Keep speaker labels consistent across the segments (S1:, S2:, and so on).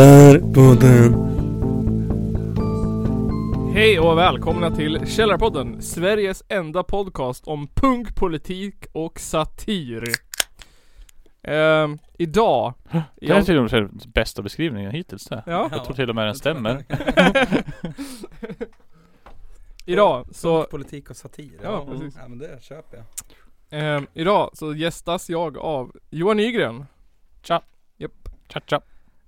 S1: Mälarpodden.
S2: Hej och välkomna till Källarpodden, Sveriges enda podcast om punkpolitik och satir. Ehm, idag...
S3: Det här är till och med den bästa beskrivningen hittills det.
S2: ja,
S3: Jag tror till och med den stämmer.
S2: idag så,
S4: Politik och satir. Mm.
S2: Ja, precis.
S4: ja men det köper jag.
S2: ehm, idag så gästas jag av Johan Nygren
S3: Tja!
S2: Japp.
S3: Tja tja!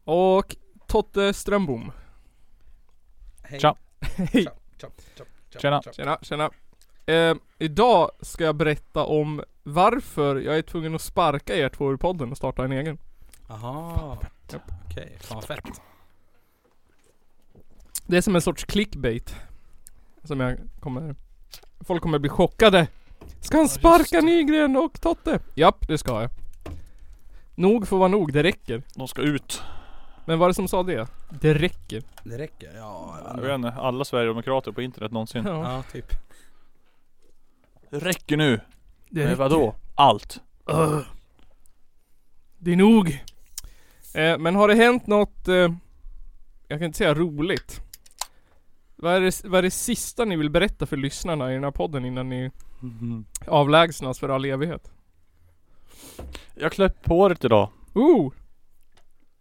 S2: och Totte Strömbom.
S4: Hej.
S3: Tja.
S4: Hej. Tja, tja, tja,
S3: Tjena.
S4: tja.
S2: Tjena, tjena. Ehm, idag ska jag berätta om varför jag är tvungen att sparka er två ur podden och starta en egen.
S4: Aha.
S2: Japp.
S4: Okej, fan vad fett.
S2: Det är som en sorts clickbait. Som jag kommer... Folk kommer bli chockade. Ska han
S3: just
S2: sparka
S3: det.
S2: Nygren och Totte? Japp, det ska jag. Nog får vara nog, det räcker.
S3: De ska ut.
S2: Men vad är det som sa det? Det räcker.
S4: Det räcker. Ja, jag
S3: Jag
S4: vet
S3: vet
S4: inte.
S3: inte, alla Sverigedemokrater på internet någonsin.
S2: Ja.
S4: Ja, typ.
S3: Det räcker nu!
S2: Det
S3: Men vadå? Allt!
S2: Ugh. Det är nog. Eh, men har det hänt något, eh, jag kan inte säga roligt. Vad är, det, vad är det sista ni vill berätta för lyssnarna i den här podden innan ni Mhm. avlägsnas för all evighet?
S3: Jag klippte håret idag.
S2: Oh!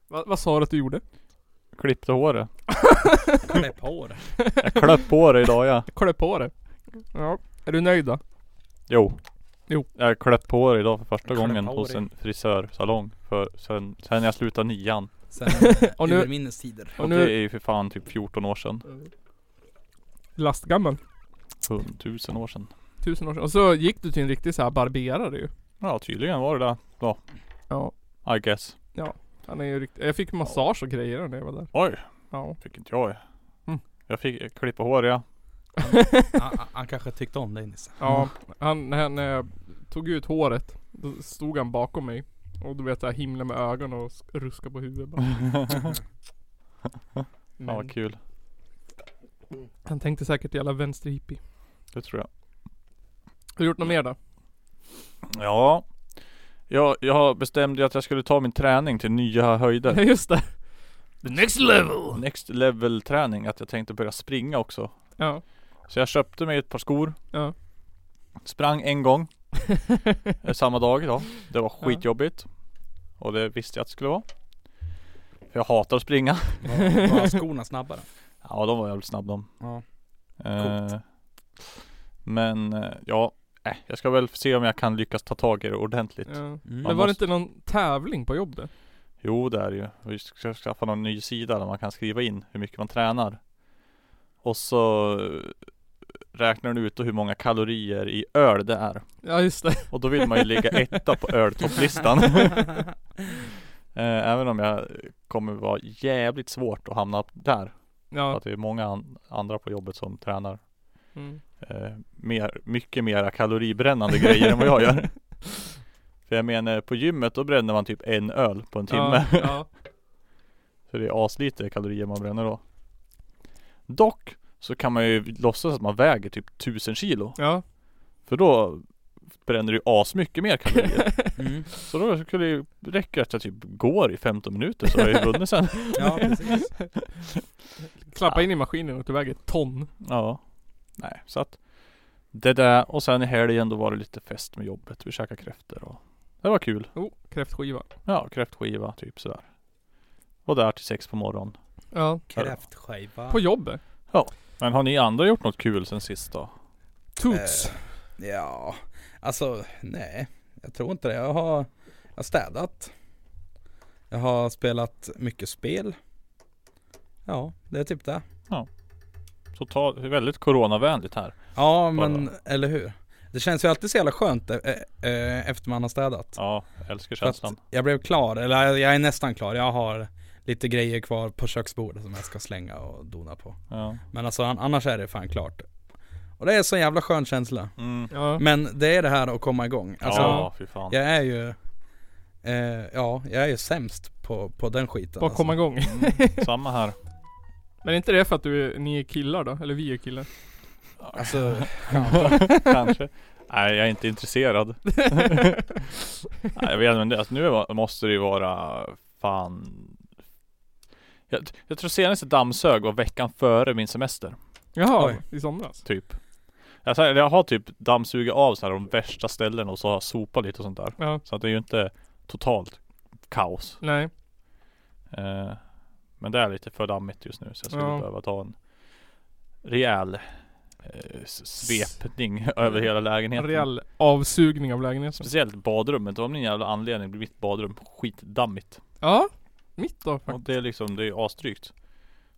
S2: Va, vad sa du att du gjorde?
S3: Klippte håret.
S4: Klipp hår.
S3: Jag klöpp håret idag ja.
S2: Klä på det. Ja. Är du nöjd då?
S3: Jo.
S2: Jo.
S3: Jag klöpp håret idag för första
S4: Klöpp
S3: gången
S4: hår
S3: hos
S4: i.
S3: en frisörsalong. För sen, sen jag slutade nian.
S4: Sen
S2: Och nu-
S4: urminnes tider.
S2: Och
S3: Och
S2: nu-
S3: det är ju för fan typ 14 år sedan.
S2: Lastgammal.
S3: 1000 år sedan.
S2: Tusen år sedan. Och så gick du till en riktig så här barberare ju.
S3: Ja tydligen var det där.
S2: Ja.
S3: I guess.
S2: Han är ju riktigt... Jag fick massage och grejer när jag var där.
S3: Oj!
S2: Ja.
S3: Fick inte jag.
S2: Mm.
S3: Jag fick klippa hår ja.
S4: Han, han- han kanske tyckte om dig Nisse.
S2: Ja. Han, han eh, tog ut håret. Då stod han bakom mig. Och du vet såhär himla med ögonen och sk- ruska på huvudet bara.
S3: Ja
S2: Men
S3: vad kul.
S2: han tänkte säkert jävla vänsterhippie.
S3: Det tror jag.
S2: Har du gjort något mer då?
S3: Ja. Jag, jag bestämde ju att jag skulle ta min träning till nya höjder.
S2: Just det. The next level!
S3: Next level träning. Att jag tänkte börja springa också.
S2: Ja.
S3: Så jag köpte mig ett par skor.
S2: Ja.
S3: Sprang en gång. eh, samma dag idag. Det var
S2: Ja.
S3: skitjobbigt. Och det visste jag att det skulle vara. För jag hatar att springa.
S4: Var, var skorna snabbare?
S3: Ja de var jävligt snabba de.
S4: Ja.
S3: Eh, men eh, ja. Äh, jag ska väl se om jag kan lyckas ta tag i det ordentligt.
S2: ja.
S4: Mm.
S2: Men
S3: Man
S2: var det
S3: måste-
S2: inte någon tävling på jobbet?
S3: Jo det är det ju. Vi ska skaffa någon ny sida där man kan skriva in hur mycket man tränar. Och så eh, räknar den ut då hur många kalorier i öl det är.
S2: Ja just det.
S3: Och då vill man ju ligga etta på öltopplistan. Eh, Även om jag kommer vara jävligt svårt att hamna där. För
S2: Ja.
S3: att det är många an- andra på jobbet som tränar
S2: Mm.
S3: eh, mer, mycket mera kaloribrännande grejer än vad jag gör. För jag menar på gymmet då bränner man typ en öl på en timme.
S2: Ja, ja.
S3: Så det är aslite kalorier man bränner då. Dock så kan man ju låtsas att man väger typ 1000 kilo.
S2: ja.
S3: För då bränner du ju asmycket mer kalorier.
S4: Mm.
S3: Så då skulle det ju räcka att jag typ går i 15 minuter så har jag ju vunnit sen.
S4: Ja precis.
S2: Klappa in i maskinen och du väger ett ton.
S3: Ja. Nej, så att det där och sen i helgen då var det lite fest med jobbet. Vi käkade kräftor och det var kul.
S2: Oh, kräftskiva.
S3: Ja, kräftskiva typ sådär. Var där till sex på morgonen.
S2: Ja.
S4: Kräftskiva.
S2: På jobbet.
S3: Men har ni andra gjort något kul sen sist då?
S2: Toots.
S4: Eh, ja, alltså nej. Jag tror inte det. Jag har, jag har städat. Jag har spelat mycket spel. Ja, det är typ det.
S3: Så ta, det är väldigt coronavänligt här.
S4: Ja, men eller hur. Det känns ju alltid så jävla skönt eh, eh, efter man har städat.
S3: Ja, jag älskar
S4: För att
S3: känslan.
S4: jag blev klar, eller jag- jag är nästan klar. Jag har lite grejer kvar på köksbordet som jag ska slänga och dona på.
S3: Ja.
S4: Men alltså an- annars är det fan klart. Och det är så jävla skön känsla.
S3: Mm.
S2: Ja.
S4: Men det är det här att komma igång. Alltså,
S3: ja, fy fan.
S4: Jag är ju eh, Ja, jag är ju sämst på, på den skiten
S2: Bara komma igång.
S3: Mm. Samma här.
S2: Men är inte det för att du, är- ni är killar då? Eller vi är killar?
S4: alltså, alltså,
S3: Kanske. Nej jag är inte intresserad. Nej, jag vet inte, alltså, nu var- måste det ju vara fan jag, jag tror senaste dammsög var veckan före min semester,
S2: Jaha,
S4: Oj.
S2: i somras?
S3: typ jag, så här- jag har typ dammsugit av så här de värsta ställena och så har jag sopat lite och sånt där
S2: Ja,
S3: Så att det är ju inte totalt kaos
S2: nej.
S3: eh, Men det är lite för dammigt just nu så jag skulle
S2: Ja.
S3: behöva ta en rejäl eh, s- svepning över hela
S2: En
S3: lägenheten
S2: rejäl avsugning av lägenheten.
S3: Speciellt badrummet, av någon jävla anledning blir mitt badrum skitdammigt.
S2: Ja, mitt då
S3: Och
S2: faktiskt.
S3: det är liksom, det är asdrygt.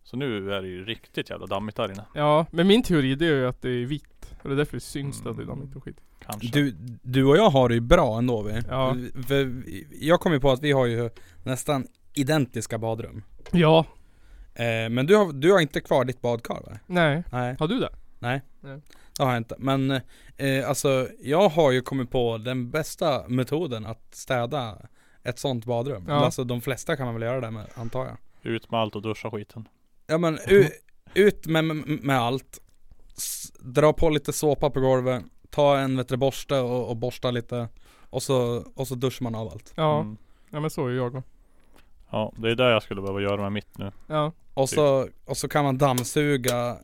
S3: Så nu är det ju riktigt jävla dammigt där inne.
S2: Ja, men min teori det är ju att det är vitt. Och det är därför det syns det att det är dammigt och skit.
S3: Kanske.
S4: Du, du och jag har det ju bra ändå vi.
S2: Ja.
S4: För Jag kom ju på att vi har ju nästan identiska badrum.
S2: Ja,
S4: Eh, men du har, du har inte kvar ditt badkar va?
S2: nej.
S4: Nej.
S2: Har du det?
S4: Det har jag inte. Men eh, alltså jag har ju kommit på den bästa metoden att städa ett sånt badrum.
S2: Ja.
S4: Alltså de flesta kan man väl göra det med antar jag.
S3: Ut med allt och duscha skiten.
S4: Ja men u- ut med, med, med allt. S- dra på lite såpa på golvet. Ta en vet du, borste och, och borsta lite. Och så, och så duschar man av allt.
S2: Ja,
S3: Mm.
S2: ja men så är ju jag då.
S3: Ja, det är det jag skulle behöva göra med mitt nu.
S2: Ja,
S4: Och så, och så kan man dammsuga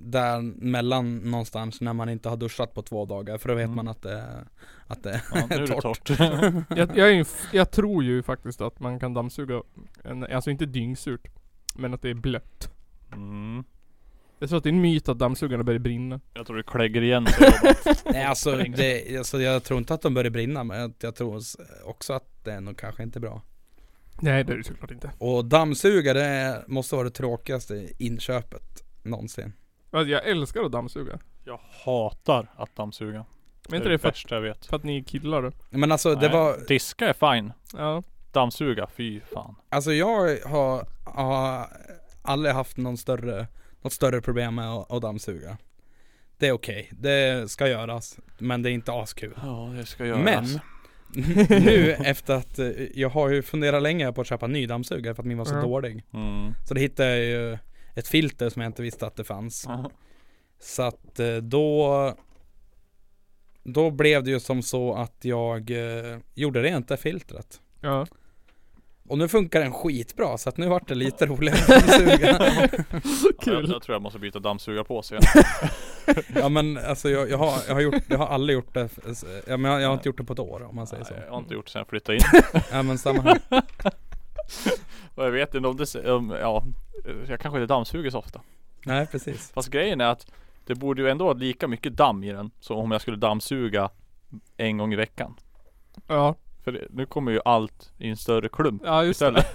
S4: där mellan någonstans när man inte har duschat på två dagar. För då vet
S3: Mm.
S4: man att det är, att det
S3: Ja, nu är det
S4: Torrt.
S3: torrt.
S2: jag, jag, är ju, f- jag tror ju faktiskt att man kan dammsuga, en, alltså inte dyngsurt, men att det är blött.
S3: Mm.
S2: Jag tror att det är en myt att dammsugarna börjar brinna.
S3: Jag tror det klägger igen sig.
S4: Nej alltså, det, alltså jag tror inte att de börjar brinna men jag, jag tror s- också att det är nog kanske inte bra.
S2: Nej det är det såklart inte.
S4: Och dammsuga det är- måste vara det tråkigaste inköpet någonsin.
S2: Alltså, jag älskar att dammsuga.
S3: Jag hatar att dammsuga.
S2: Men
S3: det
S2: inte
S3: är
S2: det
S3: det
S2: för att,
S3: värsta jag vet.
S2: för att ni är killar då?
S4: Men alltså det
S3: Nej,
S4: var,
S3: Diska är fine.
S2: Ja.
S3: Dammsuga, fy fan.
S4: alltså jag har, har aldrig haft någon större, något större problem med att, att dammsuga. Det är okej, det ska göras. Men det är inte askul.
S3: Ja, det ska Alltså.
S4: göras. Men- nu efter att, eh, jag har ju funderat länge på att köpa en ny dammsugare för att min var så
S2: Ja.
S4: dålig.
S3: Mm.
S4: Så då hittade jag ju ett filter som jag inte visste att det fanns. Så att eh, då Då blev det ju som så att jag eh, gjorde rent det filtret
S2: Ja.
S4: Och nu funkar den skitbra så att nu vart det lite roligare att dammsuga
S3: Ja, jag,
S2: Kul.
S3: jag tror jag måste byta dammsugarpåse.
S4: Ja men alltså jag, jag, har, jag har gjort, jag har aldrig gjort det ja, men jag, jag har inte gjort det på ett år om man säger
S3: Nej,
S4: så
S3: Jag har inte gjort sen jag flyttade in.
S4: Ja men samma här
S3: Och jag vet inte om det, se- om, ja, eh, jag kanske inte dammsuger så ofta.
S4: Nej precis
S3: Fast grejen är att det borde ju ändå vara lika mycket damm i den som om jag skulle dammsuga en gång i veckan.
S2: Ja.
S3: För det, nu kommer ju allt i en större klump
S2: Ja just det.
S3: istället.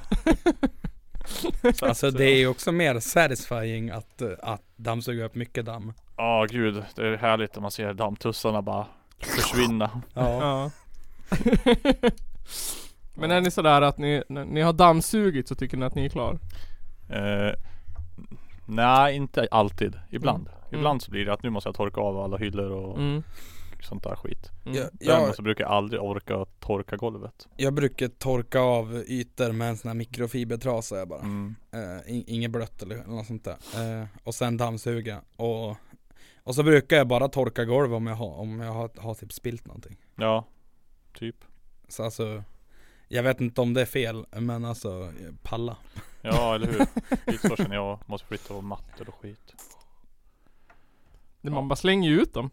S3: Så att,
S4: Alltså det är ju också mer satisfying att, eh, att dammsuga upp mycket damm
S3: Ja gud, det är härligt när man ser dammtussarna bara försvinna.
S4: Ja,
S2: Ja. men är ni sådär att ni, när ni har dammsugit så tycker ni att ni är klar?
S3: Eh, nej, inte alltid. Ibland. Ibland så blir det att nu måste jag torka av alla hyllor och
S2: Mm.
S3: sånt där skit.
S2: Mm.
S4: jag,
S3: Däremot
S4: jag,
S3: så brukar jag aldrig orka torka golvet.
S4: jag brukar torka av ytor med en sån här mikrofibertrasa jag bara
S3: Mm.
S4: Eh, in, inget blött eller något sånt där. Eh, och sen dammsuga. Och, och så brukar jag bara torka golv om jag har, om jag har, har typ spilt någonting.
S3: Ja, typ.
S4: Så alltså, jag vet inte om det är fel, men alltså eh, palla.
S3: Ja, eller hur. Lite så känner jag. Måste flytta på mattor och skit.
S2: Det- Man bara slänger ju ut dem.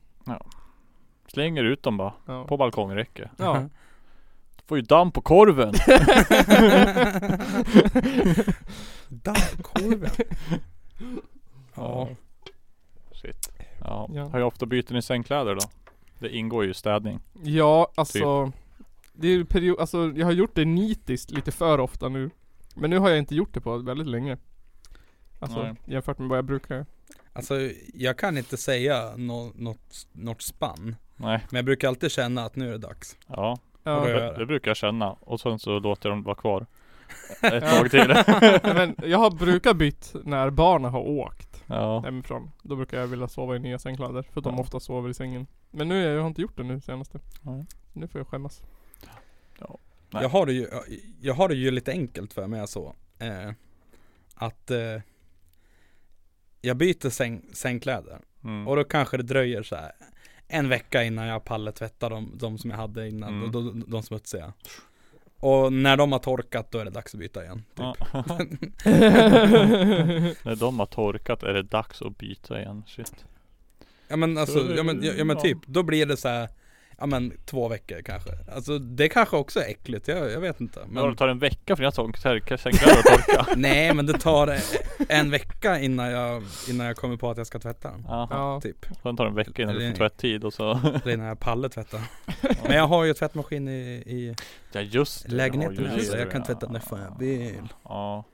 S3: Slänger ut dem bara.
S2: Ja.
S3: På balkongräcket.
S2: ja.
S3: Får ju damm på korven.
S4: Dammkorven. ja.
S3: Shit. Ja.
S2: Ja.
S3: Hur ofta byter ni sängkläder då? Det ingår ju i städning.
S2: Ja, alltså. Det är ju period, alltså jag har gjort det nitiskt lite för ofta nu. Men nu har jag inte gjort det på väldigt länge. Alltså
S3: Nej.
S2: jämfört med vad jag brukar.
S4: Alltså jag kan inte säga nå- något, något spann.
S3: Nej.
S4: Men jag brukar alltid känna att nu är det dags.
S3: Ja.
S2: Ja.
S4: Vadå?
S3: Det,
S4: göra.
S3: det brukar jag känna. Och sen så låter jag dem vara kvar. Ett
S2: Ja.
S3: tag till.
S2: Nej, men jag har brukat bytt när barnen har åkt
S3: Ja.
S2: hemifrån. Då brukar jag vilja sova i nya sängkläder. För att de
S3: Ja.
S2: ofta sover i sängen. Men nu, är- jag har inte gjort det nu senaste.
S3: Nej.
S2: Nu får jag skämmas.
S3: Nej.
S4: Jag har, det ju, jag har det ju lite enkelt för mig så. Eh, att eh, jag byter säng, sängkläder
S3: Mm.
S4: och då kanske det dröjer så här en vecka innan jag pallet tvättade de, de som jag hade innan,
S3: Mm.
S4: de, de, de smutsiga. Och när de har torkat då är det dags att byta igen. Typ.
S3: Ja. När de har torkat är det dags att byta igen. Shit.
S4: Ja men alltså,
S3: Så-
S4: ja men, ja, ja, men
S3: ja.
S4: typ, då blir det så här, ja men två veckor kanske. Alltså det kanske också är äckligt, jag, jag vet inte.
S3: Men det
S4: Men,
S3: tar en vecka för dina tork- tork- sängkläder att torka.
S4: nej men det tar en vecka innan jag, innan jag kommer på att jag ska tvätta den.
S3: Jaha.
S2: Ja.
S4: Typ,
S3: Sen tar det en vecka innan du
S4: Eller-
S3: får tvättid och så.
S4: eller innan jag pallar tvätta. Men jag har ju tvättmaskin i, i
S3: Ja just det.
S4: lägenheten
S3: Ja,
S4: här
S3: just
S4: så
S3: det,
S4: jag kan
S3: ja.
S4: tvätta när fan jag vill.
S3: Ja.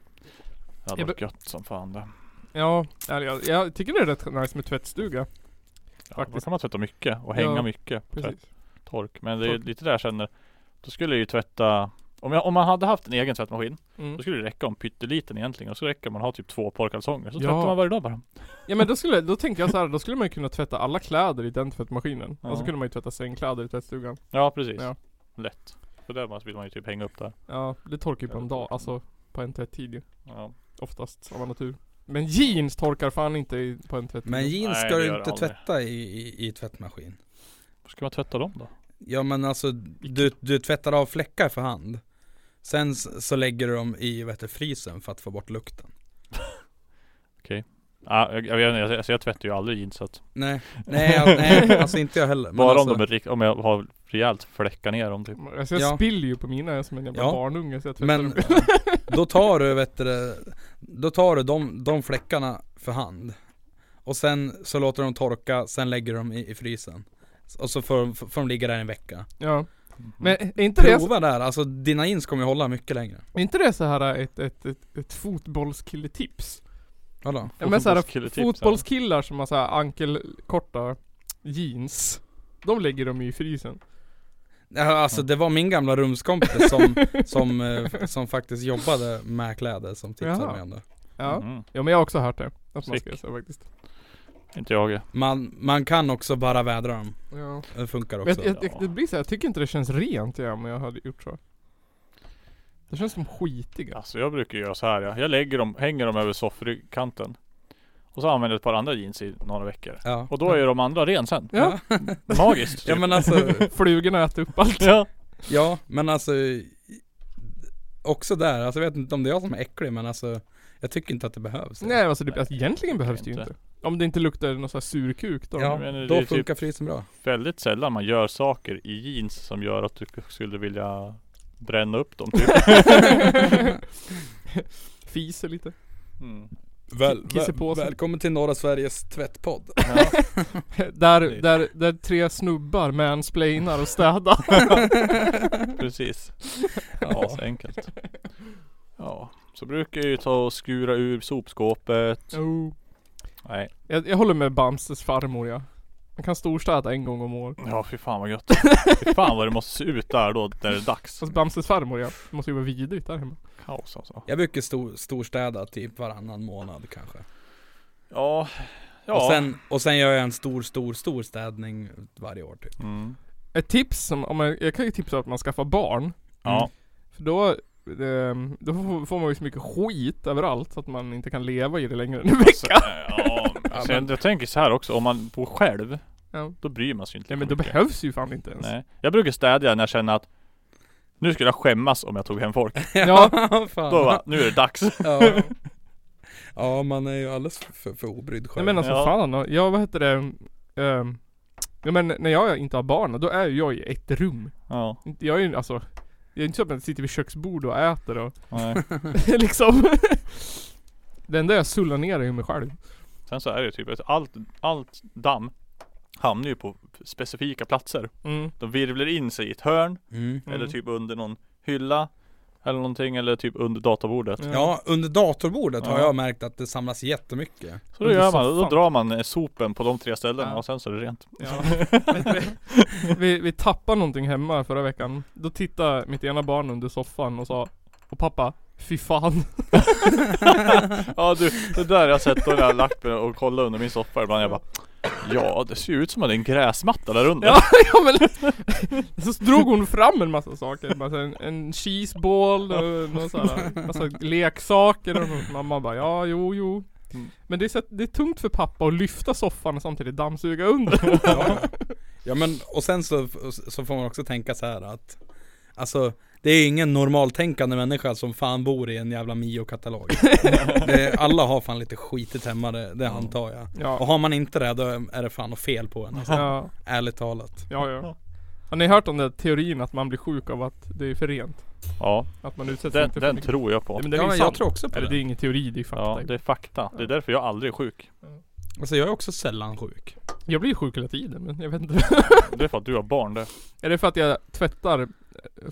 S3: Det hade
S2: Jag
S3: varit gött som fan det.
S2: Ja, eller jag, jag tycker det är rätt nice med tvättstuga.
S3: Ja, då
S2: Faktiskt.
S3: kan man tvätta mycket och hänga
S2: Ja,
S3: mycket. på
S2: Precis.
S3: tvätt- Tork. Men det är
S2: Tork.
S3: lite där jag känner. Då skulle jag ju tvätta. Om, jag, om man hade haft en egen tvättmaskin.
S2: Mm.
S3: Då skulle det räcka om pytteliten egentligen. Och så räcker det om man har typ två porrkalsonger. Så
S2: Ja.
S3: tvättar man varje dag bara.
S2: Ja men då skulle, då tänkte jag så här, då skulle man ju kunna tvätta alla kläder i den tvättmaskinen.
S3: Ja.
S2: Och så kunde man ju tvätta sängkläder i tvättstugan.
S3: Ja precis.
S2: Ja.
S3: Lätt. För där man- vill man ju typ hänga upp där.
S2: Ja, det torkar ju på en dag, alltså på en tvättid ju.
S3: Ja.
S2: Oftast, av natur. Men jeans torkar fan inte i- på en tvättid.
S4: Men jeans
S3: Nej,
S4: ska
S3: det
S4: du
S3: gör
S4: inte
S3: det aldrig.
S4: tvätta i, i, i tvättmaskin.
S3: Var ska man tvätta dem då?
S4: Ja men alltså, du, du tvättar av fläckar för hand. Sen s- så lägger du dem i vad heter, frysen för att få bort lukten.
S3: Ja, jag, jag vet inte, jag, alltså jag tvättar ju aldrig jeans så att
S4: Nej, nej, al- nej alltså inte jag heller. Men
S3: Bara
S4: alltså,
S3: om, de är, rikt- om jag har rejält fläckar ner dem typ
S2: Alltså jag
S4: Ja.
S2: spiller ju på mina, jag är som en jävla
S4: Ja.
S2: barnunge så jag tvättar
S4: Men
S2: dem.
S4: då tar du, vet du, det, då tar du de, de fläckarna för hand. Och sen så låter du dem torka, sen lägger du dem i, i frysen. Och så får, de- får de ligga där en vecka.
S2: Ja. Men är inte det,
S4: Mm. Prova där, alltså dina jeans kommer ju hålla mycket längre.
S2: är inte det så här ett, ett, ett, ett fotbollskilletips?
S4: Vadå?
S2: Ja men såhär
S3: Fotbollskilletips,
S2: fotbollskillar som har såhär ankelkorta jeans De lägger de ju i frysen
S4: Ja, Alltså det var min gamla rumskompis som, som, eh, som faktiskt jobbade med kläder som tipsade
S2: Jaha.
S4: mig om det.
S2: Ja,
S3: Mhm.
S2: ja men jag har också hört det Att man ska
S3: Sick.
S2: göra så faktiskt
S3: Inte jag
S4: Man, man kan också bara vädra dem,
S2: Ja
S4: det funkar
S2: men jag,
S4: också.
S2: jag, jag, det blir så här, jag tycker inte det känns rent ja, om jag hade gjort så Det känns som skitiga
S3: Alltså jag brukar göra så här ja. Jag lägger dem, hänger dem över soffryggkanten Och så använder jag ett par andra jeans i några veckor
S4: Ja.
S3: Och då är de andra ren sen
S2: Ja,
S3: Magiskt typ.
S4: ja men alltså,
S2: flugorna äter upp allt
S3: ja.
S4: ja men alltså Också där, alltså jag vet inte om det är jag som är äcklig men alltså Jag tycker inte att det behövs
S2: Nej alltså, det, alltså egentligen behövs det ju
S3: inte.
S2: inte Om det inte luktar någon sån här surkuk då
S4: Ja,
S3: men det är
S4: då
S3: typ-
S4: funkar frysen bra
S3: Väldigt sällan man gör saker i jeans som gör att du skulle vilja Bränna upp dem typ
S2: Fiser lite
S3: mm.
S2: Väl- Kissa på sig.
S4: Välkommen till norra Sveriges tvättpodd
S3: ja.
S2: Där,
S3: Det-
S2: där, där tre snubbar mansplainar och städar
S3: Precis Ja, så enkelt Ja Så brukar jag ju ta och skura ur sopskåpet
S2: Jo.
S3: Nej
S2: Oh. Jag, jag håller med Bamses farmor ja. Man kan storstäda en gång om året.
S3: Ja fy fan vad gött. fy fan vad det måste se ut där då när det är dags.
S2: Fast Bamses farmor ja. Det måste ju vara vidrigt där hemma.
S3: Kaos alltså.
S4: Jag brukar stor, storstäda typ varannan månad kanske
S3: Ja. Ja.
S4: och, sen, och sen gör jag en stor, stor, stor städning varje år typ
S3: Mm.
S2: Ett tips som, om man, jag kan ju tipsa att man skaffar barn.
S3: Ja.
S2: För då, ehm, då får- får man ju så mycket skit överallt så att man inte kan leva i det längre än en
S3: Alltså,
S2: vecka.
S3: ja. Alltså, jag, jag tänker så här också. Om man bor själv.
S2: Ja.
S3: Då bryr man sig
S2: Nej
S3: inte lika
S2: men då
S3: mycket.
S2: behövs ju fan inte ens.
S3: Nej. Jag brukar städa när jag känner att nu skulle jag skämmas om jag tog hem folk.
S2: Ja.
S4: fan
S3: Då va, nu är det dags.
S4: ja. ja man är ju alldeles för, för obrydd
S2: Nej
S4: själv
S2: men alltså
S3: Ja.
S2: fan. Jag, vad heter det? ehm, ja men när jag inte har barn då är ju jag i ett rum.
S3: Ja.
S2: Inte- Jag är ju alltså. Det är inte så att man sitter vid köksbord och äter och
S3: Nej.
S2: liksom. Det enda jag sullar ner är ju mig själv.
S3: Sen så är det ju typ att allt, allt damm hamnar ju på specifika platser.
S2: Mm.
S3: De virvlar in sig i ett hörn.
S4: mm.
S3: Eller typ under någon hylla. Eller någonting. Eller typ under databordet.
S2: Mm.
S4: Ja, under datorbordet har
S3: Ja.
S4: jag märkt att det samlas jättemycket.
S3: Så då
S2: Under
S3: gör man, då
S2: soffan.
S3: drar man eh, sopen på de tre ställena
S2: Ja.
S3: och sen så är det rent.
S2: Ja. vi, vi tappade någonting hemma förra veckan. Då tittade mitt ena barn under soffan och sa Och pappa, fy fan.
S3: Ja du, det där har jag sett och jag har lagt mig och kollat under min soffa ibland. Jag bara Ja det ser ju ut som att det är en gräsmatta där under.
S2: Ja, ja men. Så drog hon fram en massa saker. Bara så här, en, en cheeseball och någon så här, massa leksaker. Och något. mamma bara, ja jo jo.
S3: Mm.
S2: Men det är, så att det är tungt för pappa att lyfta soffan och samtidigt dammsuga under.
S4: Ja, ja men och sen så, så får man också tänka så här att Alltså det är ingen normaltänkande människa som fan bor i en jävla Mio-katalog Det- Alla har fan lite skitigt hemma det, det antar jag Och
S2: ja.
S4: har man inte det då är det fan något fel på en alltså,
S2: ja.
S4: Ärligt talat
S2: Ja, ja. Har ni hört om den teorin att man blir sjuk av att det är för rent?
S3: Ja,
S2: Att man utsätts
S3: den,
S2: inte för
S3: den
S2: mycket?
S3: tror jag på.
S2: Nej, men den
S4: Ja
S2: är
S4: men
S2: ju
S4: jag
S2: sann.
S4: tror också på
S2: Eller
S4: det,
S2: det är ingen teori, det är fakta.
S3: Ja, det är fakta. Det är därför jag aldrig är sjuk.
S4: Alltså jag är också sällan sjuk
S2: Jag blir sjuk hela tiden men jag vet inte.
S3: Det är för att du har barn det.
S2: är det för att jag tvättar eh,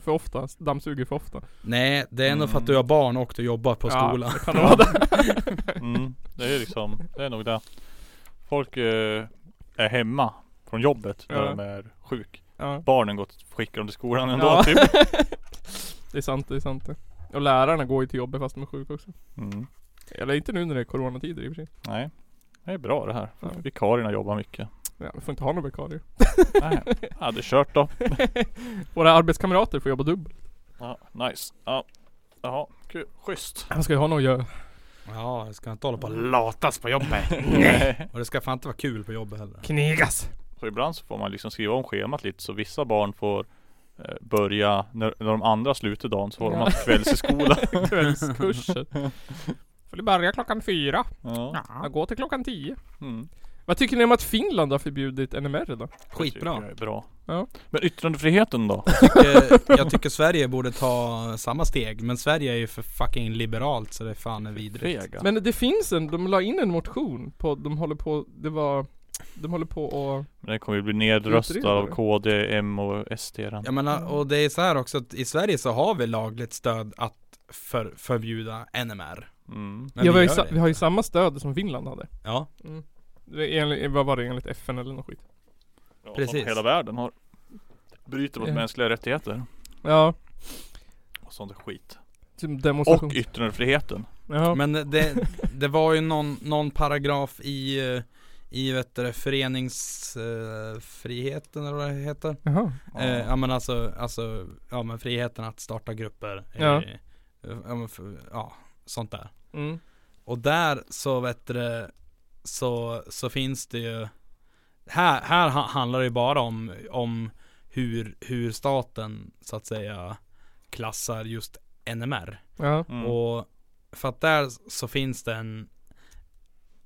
S2: för ofta? Dammsuger för ofta?
S4: Nej det är nog för att
S3: Mm.
S4: du har barn och du jobbar på skolan
S2: Ja, det kan det vara det.
S3: Mm, det är liksom, det är nog det. Folk eh, är hemma från jobbet när
S2: Ja.
S3: de är sjuk.
S2: Ja.
S3: Barnen går och skickar dem till skolan ändå
S2: Ja.
S3: typ.
S2: Det är sant, det är sant det. Och lärarna går ju till jobbet fast de är sjuka också.
S3: Mm.
S2: Eller inte nu när det är coronatider i och för sig.
S3: Nej. Det är bra det här.
S2: Ja.
S3: Vikarierna jobbar mycket.
S2: Ja, vi får inte ha några vikarier.
S3: Nej. Jag hade kört då.
S2: Våra arbetskamrater får jobba dubbelt.
S3: Ja, nice. Ja. Jaha, kul. Schysst.
S2: Han ska ju ha något att göra.
S4: Ja, jag ska inte hålla på och latas på jobbet
S3: Nej.
S4: Och det ska fan inte vara kul på jobbet heller
S2: Knegas!
S3: Så ibland så får man liksom skriva om schemat lite så vissa barn får eh, börja när, när de andra slutar dagen så får de
S2: Ja.
S3: ha kvällsskola.
S2: Kvällskurser. Får ni börja klockan fyra?
S3: Ja.
S2: Jag går till klockan tio.
S3: Mm.
S2: Vad tycker ni om att Finland har förbjudit NMR då?
S3: Det tycker
S4: Skitbra
S3: jag är bra.
S2: Ja.
S3: Men yttrandefriheten då?
S4: tycker, Eh, jag tycker Sverige borde ta samma steg Men Sverige är ju för fucking liberalt så det är fan är vidrigt
S3: Fega.
S2: Men det finns en, de la in en motion på, de håller på, det var, de håller på och
S3: Men den kommer ju bli nedröstad av
S2: Utreder.
S3: KD, M och SD den.
S4: Jag menar,
S2: Mm.
S4: och det är så här också att i Sverige så har vi lagligt stöd att för, förbjuda NMR
S3: Mm.
S2: ja,
S4: Men
S2: vi, har ju
S4: gör
S2: sa,
S4: det
S2: vi har ju
S4: inte.
S2: samma stöd som Finland hade.
S4: Ja,
S2: Det är Enligt, vad var det? Enligt FN eller något skit?
S3: Ja,
S4: Precis.
S3: som Hela världen har bryter mot
S2: Ja.
S3: mänskliga rättigheter
S2: Ja,
S3: och sånt skit.
S2: typ demonstration.
S3: Och yttrandefriheten.
S2: ja.
S4: men det, det var ju någon, någon paragraf i eh, i vet du, det, föreningsfriheten eller vad det heter
S2: Jaha.
S3: Ja.
S4: Eh, ja men alltså, alltså, ja men friheten att starta grupper. eh,
S2: Ja.
S4: eh, ja, men för, ja, sånt där.
S2: Mm.
S4: Och där så vet du det, så, så finns det ju Här, här ha- handlar det ju bara om, om hur, hur staten så att säga klassar just NMR.
S2: Ja.
S3: Mm.
S4: Och för att där så finns det en,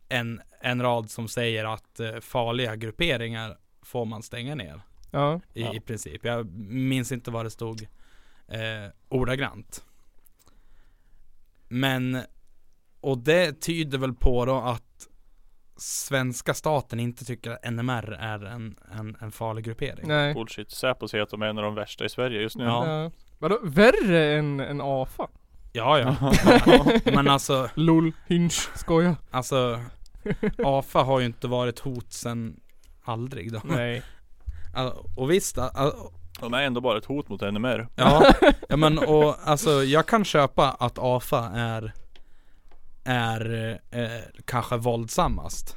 S4: en, en rad som säger att eh, farliga grupperingar får man stänga ner
S2: Ja.
S4: i,
S3: Ja.
S4: i princip. Jag minns inte vad det stod eh, ordagrant. Men, och det tyder väl på då att svenska staten inte tycker att NMR är en, en, en farlig gruppering.
S2: Nej.
S3: Bullshit. Säpo säger att de är en av de värsta i Sverige just nu.
S4: Ja.
S2: Ja. Vadå? Värre än, än AFA?
S4: Ja, ja. Men alltså,
S2: LOL, Hinch, skoja.
S4: alltså AFA har ju inte varit hot sen aldrig då.
S2: Nej.
S4: Alltså, och visst, alltså,
S3: De är ändå bara ett hot mot NMR.
S4: Ja, ja men och alltså jag kan köpa att AFA är är eh, kanske våldsammast.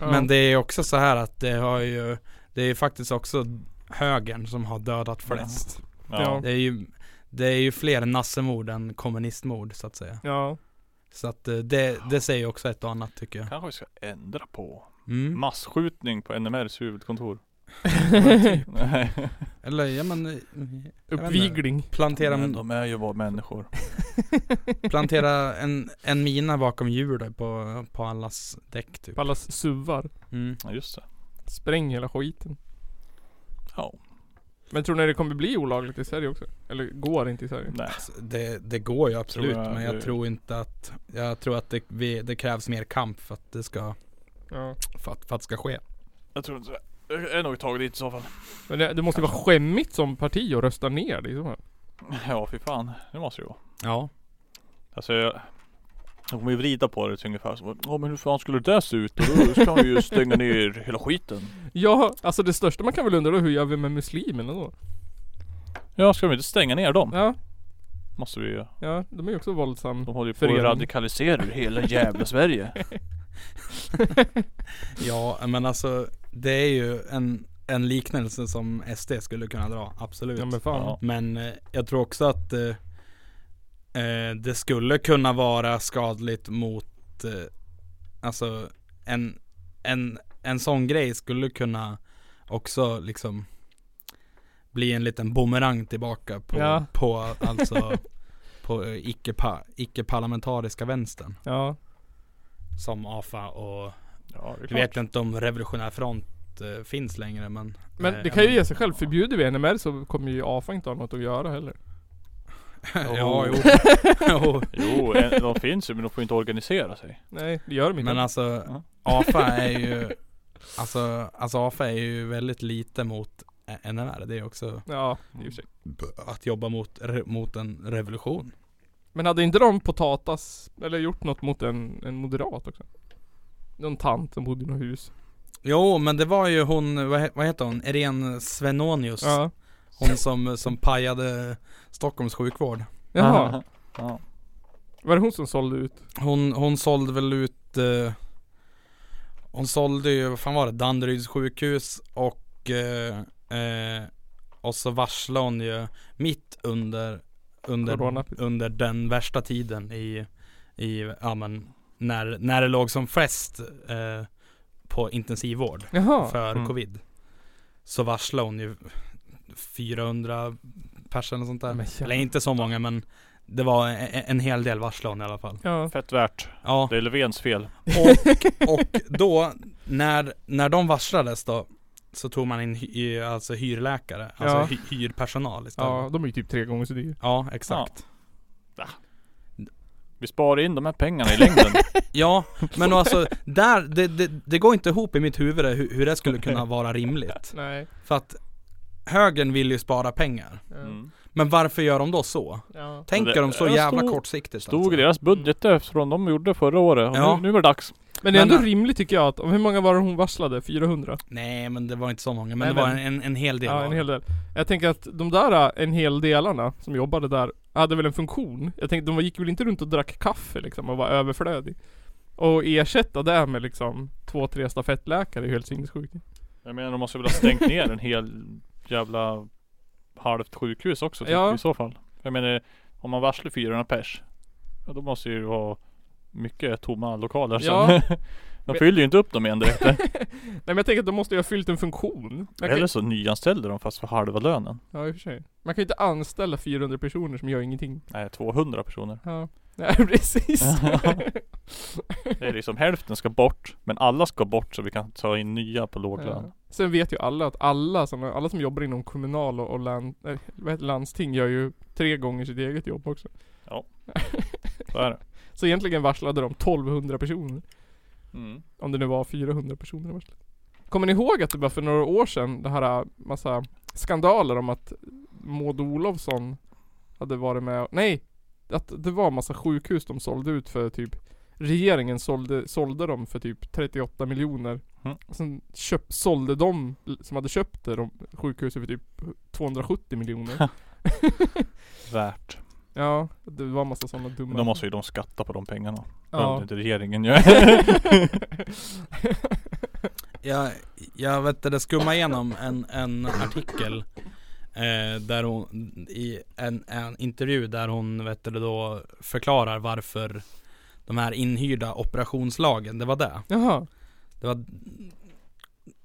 S2: Ja.
S4: Men det är också så här att det har ju Det är ju faktiskt också högern som har dödat flest.
S3: Ja.
S2: Ja.
S4: Det är ju Det är ju fler nassemord än kommunistmord så att säga.
S2: Ja.
S4: Så att eh, det, det säger ju också ett och annat tycker jag.
S3: Kanske vi ska ändra på
S4: Mm.
S3: masskjutning på NMRs huvudkontor. Nej.
S4: Eller ja men eh, jag vet inte.
S2: Uppvigling.
S3: Men
S4: Plantera,
S3: de är ju bara människor.
S4: plantera en, en mina bakom hjulet på, på allas däck typ.
S2: På alla suvar.
S4: Mm.
S3: Ja just det.
S2: Spräng hela skiten.
S3: Ja.
S2: Men tror ni det kommer bli olagligt i Sverige också? Eller går det inte i Sverige?
S3: Nej.
S4: Alltså, Det, det går ju absolut
S3: Tror jag
S4: men jag
S3: det-
S4: tror inte att Jag tror att det, vi, det krävs mer kamp för att det ska,
S2: Ja.
S4: för att, för att det ska ske
S3: Jag tror inte det. Jag är nog taget dit i så fall.
S2: Men det, det måste ju vara skämmigt som parti att rösta ner det i så fall.
S3: Ja fy fan. Det måste det vara.
S4: Ja
S3: Alltså jag de kommer ju vrida på det till ungefär som Ja men hur fan skulle det där se ut? Och då ska vi ju stänga ner hela skiten.
S2: Ja, alltså det största man kan väl undra då, hur gör vi med muslimerna då?
S3: Ja ska vi inte stänga ner dem?
S2: Ja,
S3: Måste vi ju.
S2: ja, de är ju också våldsamma.
S3: De håller ju på
S2: Förening.
S3: att radikalisera hela jävla Sverige.
S4: Ja men alltså Det är ju en, en liknelse som SD skulle kunna dra, absolut
S2: Ja men
S4: men,
S2: fan.
S3: Ja.
S4: eh, jag tror också att eh, eh, Det skulle kunna vara skadligt mot att eh, Alltså en, en, en sån grej skulle kunna också liksom Bli en liten bumerang tillbaka på,
S2: Ja.
S4: på alltså På eh, icke-pa- icke-parlamentariska vänstern
S2: Ja.
S4: Som AFA och
S3: Ja, det är
S4: Jag vet inte om Revolutionär Front eh, finns längre men
S2: Men
S4: eh,
S2: det kan ju ge sig själv. Förbjuder vi NMR så kommer ju AFA inte ha något att göra heller.
S4: Ja jo, jo.
S3: Jo, en- de finns ju men de får inte organisera sig.
S2: Nej, det gör de inte.
S4: Men alltså
S3: Ja.
S4: AFA är ju Alltså, alltså AFA är ju väldigt lite mot NMR. Det är också
S2: Ja, i och för sig.
S4: att jobba mot, re, mot en revolution.
S2: Men hade inte de potatas, eller gjort något mot en, en moderat också? Någon tant som bodde i något hus.
S4: Jo men det var ju hon, vad, he- vad heter hon? Irene Svenonius.
S2: Ja.
S4: Hon som, som pajade Stockholms sjukvård.
S2: Jaha.
S3: Ja.
S2: Var det hon som sålde ut?
S4: Hon, hon sålde väl ut eh, Hon sålde ju, vad fan var det? Danderyds sjukhus och eh, eh, Och så varslade hon ju mitt under
S2: Corona.
S4: Under, under den värsta tiden i I, ja men När, när det låg som flest eh, På intensivvård
S2: Jaha.
S4: för
S3: mm.
S4: covid Så varslade hon ju 400 personer och sånt där
S2: Men
S4: Eller
S2: jävlar.
S4: inte så många men Det var en, en hel del varslade hon i alla fall
S2: Ja.
S3: Fett värt.
S4: Ja
S3: Det är Löfvens fel.
S4: och, och då, när, när de varslades då, så tog man in hy, alltså hyrläkare, alltså
S2: Ja.
S4: hy, hyrpersonal istället.
S2: ja,
S4: Ja,
S2: de är ju typ tre gånger så dyra.
S4: exakt.
S3: Vi sparar in de här pengarna i längden.
S4: Ja, men alltså, där, det, det, det går inte ihop i mitt huvud hur, hur det skulle kunna vara rimligt.
S2: Nej.
S4: För att högern vill ju spara pengar.
S3: Mm.
S4: Men varför gör de då så?
S2: Ja.
S4: Tänker de så
S3: Det är
S4: jävla
S3: stor-
S4: kortsiktigt
S3: Stod
S4: alltså?
S3: i deras budgeter från de gjorde förra året. Och
S4: Ja.
S3: nu, nu är det dags.
S2: Men eh, det är ändå
S4: Men-
S2: rimligt tycker jag att, om hur många var det hon varslade? 400?
S4: Nej men det var inte så många, men
S2: Nej,
S4: det var
S2: men-
S4: en, en hel del
S2: Ja,
S4: var
S2: en
S4: det.
S2: hel del. Jag tänker att de där äh, en hel delarna som jobbade där hade väl en funktion. Jag tänkte de var- gick väl inte runt och drack kaffe liksom och var överflödig. Och ersätta det med liksom två, tre stafettläkare är ju helt sinnessjukt.
S3: Jag menar de måste väl ha stängt ner en hel jävla halvt sjukhus också typ,
S2: Ja.
S3: i så fall. Jag menar om man varslar 400 pers. Ja, då måste ju vara mycket tomma lokaler
S2: Ja.
S3: sen. De fyller ju inte upp dem igen direkt.
S2: Nej men jag tänker att de måste ju ha fyllt en funktion. Man kan,
S3: Eller så nyanställde de fast för halva lönen.
S2: ja i och för sig. Man kan ju inte anställa 400 personer som gör ingenting.
S3: Nej 200 personer.
S2: Ja. Nej precis.
S3: Det är liksom hälften ska bort. Men alla ska bort så vi kan ta in nya på låg lön.
S2: Ja. Sen vet ju alla att alla som, alla som jobbar inom kommunal och, och land, nej, vad heter, det, landsting gör ju tre gånger sitt eget jobb också.
S3: Så är det.
S2: Så egentligen varslade de 1200 personer. Om det nu var 400 personer varslade. Kommer ni ihåg att det var för några år sedan det här äh, massa skandaler om att Maud Olofsson hade varit med och, nej! Att det var massa sjukhus de sålde ut för typ Regeringen sålde, sålde dem för typ 38 miljoner.
S3: Mm.
S2: Sen köp, sålde de som hade köpt det, de sjukhuset för typ 270 miljoner.
S3: Värt.
S2: ja, det var massa sådana dumma...
S3: Men då måste ju de skatta på de pengarna. Ja.
S2: ja.
S3: Om inte regeringen gör.
S4: Jag, jag vet inte, skumma igenom en, en artikel eh, där hon, i en, en intervju där hon vet du, då förklarar varför de här inhyrda operationslagen, det var det.
S2: Jaha.
S4: Det var,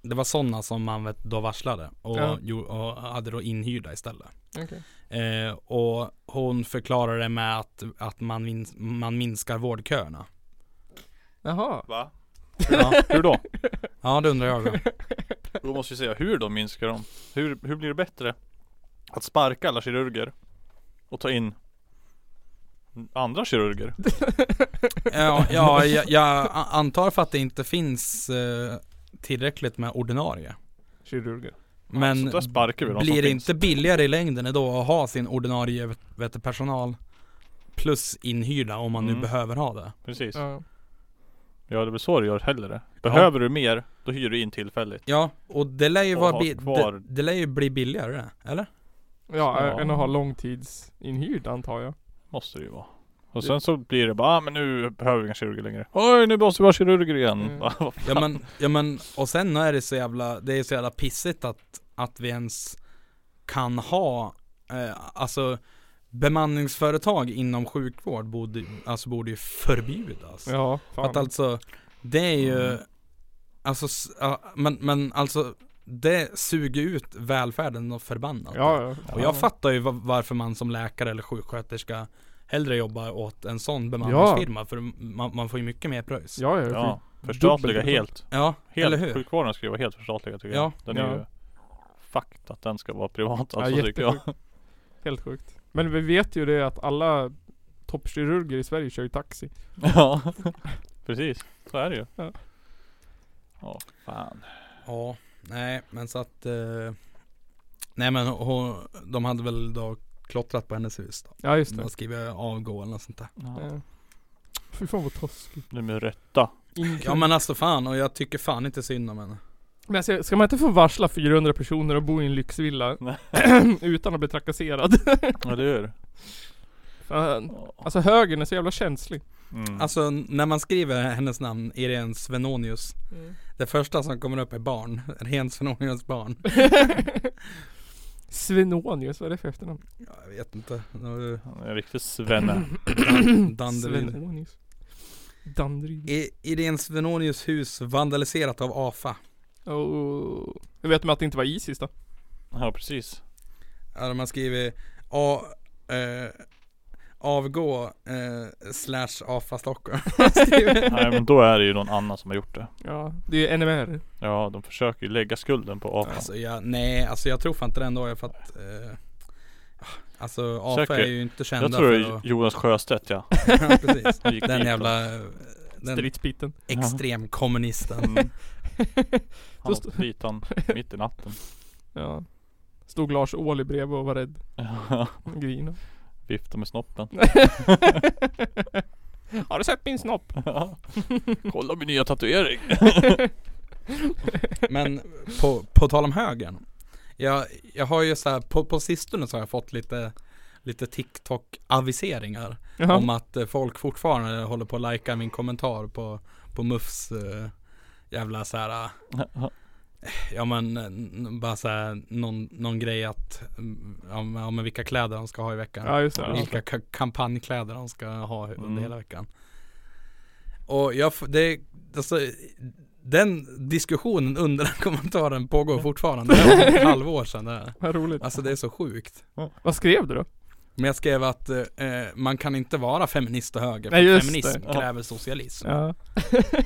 S4: det var sådana som man vet, då varslade och,
S2: Ja.
S4: gjo- och hade då inhyrda istället.
S2: Okej.
S4: Eh, och hon förklarar det med att, att man, min, man minskar vårdköerna.
S2: Jaha.
S3: Va?
S4: Ja,
S3: Hur då?
S4: ja det undrar jag då.
S3: Då måste vi säga hur de minskar dem. Hur, hur blir det bättre? Att sparka alla kirurger och ta in andra kirurger?
S4: Ja, ja jag, jag a- antar för att det inte finns eh, tillräckligt med ordinarie.
S2: Kirurger.
S4: Men
S3: så där sparkar vi de
S4: blir
S3: som
S4: det
S3: finns.
S4: inte billigare i längden då att ha sin ordinarie vet- vet, du, personal plus inhyrda om man
S3: Mm.
S4: nu behöver ha det?
S3: Precis.
S2: Ja.
S3: Ja det är väl så du gör hellre. Behöver du mer, då hyr du in tillfälligt.
S4: Ja, och det lär ju,
S3: Och
S4: vara
S3: ha
S4: bi-
S3: kvar-
S4: det, det lär ju bli billigare, eller?
S2: Ja, eh,
S3: Ja.
S2: än att ha långtidsinhyrd antar jag.
S3: Måste det ju vara. Och sen så blir det bara, ah, men nu behöver vi inga kirurger längre. Oj, nu måste vi ha kirurger igen.
S2: Mm.
S3: Vad fan?
S4: Ja men, ja men, och sen är det så jävla, det är så jävla pissigt att, att vi ens kan ha, eh, alltså bemanningsföretag inom sjukvård borde, alltså borde ju förbjudas.
S2: Ja,
S4: För att
S2: fan.
S4: alltså, det är ju,
S3: Mm.
S4: alltså, s- ja, men, men alltså, det suger ut välfärden och förbannat.
S2: Ja, ja.
S4: Och jag fattar ju va- varför man som läkare eller sjuksköterska hellre jobbar åt en sån bemanningsfirma för man, man får ju mycket mer pröjs.
S2: Ja, ja.
S3: Ja,
S2: ja.
S3: förstatliga
S2: dubbelt-
S3: helt.
S4: Ja, eller
S3: helt
S4: hur?
S3: sjukvården skulle vara helt förstatligad tycker
S4: Ja.
S3: jag. Den är
S2: Ja.
S3: ju fucked att den ska vara privat
S2: Ja,
S3: alltså tycker jag.
S2: Helt sjukt. Men vi vet ju det att alla toppkirurger i Sverige kör ju taxi.
S3: Ja, precis. Så är det ju.
S2: Ja.
S3: Ja, fan.
S4: Ja, nej men så att eh, Nej men hon, de hade väl då klottrat på hennes hus då.
S2: Ja, just
S4: De
S2: det.
S4: har skrivit avgå eller något sånt där.
S3: Ja.
S2: Eh. Fy fan vad taskigt.
S3: Nummer rätta.
S4: Ja men alltså fan och jag tycker fan inte synd om henne.
S2: Men alltså, ska man inte få varsla 400 personer och bo i en lyxvilla
S3: Nej.
S2: utan att bli trakasserad?
S3: Eller hur?
S2: Fan. Alltså högern är så jävla känslig.
S3: Mm.
S4: Alltså när man skriver hennes namn Irene Svenonius. Det första som kommer upp är barn. Ren Svenonius barn.
S2: Svenonius, vad är det för efternamn?
S4: Ja, jag vet inte. Det var ju
S3: Han är en riktig svenne.
S4: Danderyd.
S2: Svenonius. Danderyd.
S4: I- Irene Svenonius hus vandaliserat av AFA.
S2: Oh. Hur vet man att det inte var Isis då?
S3: Ja precis.
S4: Ja, de har skrivit Alltså, A, eh, avgå eh, slash AFA Stockholm. Skriver-
S3: Nej men då är det ju någon annan som har gjort det.
S2: Ja, det är ju NMR.
S3: Ja de försöker ju lägga skulden på apan.
S4: alltså, jag, nej, alltså jag tror fan inte det ändå för att eh, Alltså AFA är
S3: Säkert.
S4: ju inte kända
S3: jag tror det
S4: för
S3: är Jonas Sjöstedt ja.
S4: att, ja, precis.
S3: Han gick
S4: Den
S3: dit,
S4: jävla eh, den
S2: Stridspiten.
S4: extremkommunisten.
S3: Mm. Han
S2: Då
S3: åkte dit han mitt i natten.
S2: Ja. Stod Lars Ohly bredvid och var rädd.
S3: Ja,
S2: och Grina.
S3: Viftade med snoppen.
S2: Har du sett min snopp?
S3: Ja. Kolla min nya tatuering.
S4: Men på, på tal om högern. Jag, jag har ju så här, på, på sistone så har jag fått lite, lite TikTok-aviseringar.
S2: Jaha.
S4: Om att eh, folk fortfarande håller på att likea min kommentar på, på Muffs eh, jävla så här. eh, Ja men eh, n- bara så här, någon, någon grej att mm, ja, men- ja men vilka kläder de ska ha i veckan.
S2: Ja just det.
S3: Ja.
S2: Ja.
S4: vilka ka- kampanjkläder de ska ha under
S3: Mm.
S4: hela veckan. Och jag, f- det, alltså, den diskussionen under den kommentaren pågår fortfarande. Det var ett halvår sedan det här.
S2: Vad roligt.
S4: Alltså det är så sjukt.
S2: Vad skrev du då?
S4: Men jag skrev att eh, eh, man kan inte vara feminist och höger,
S2: Nej,
S4: för
S2: just
S4: feminism
S3: det. Ja.
S4: kräver socialism.
S2: Ja.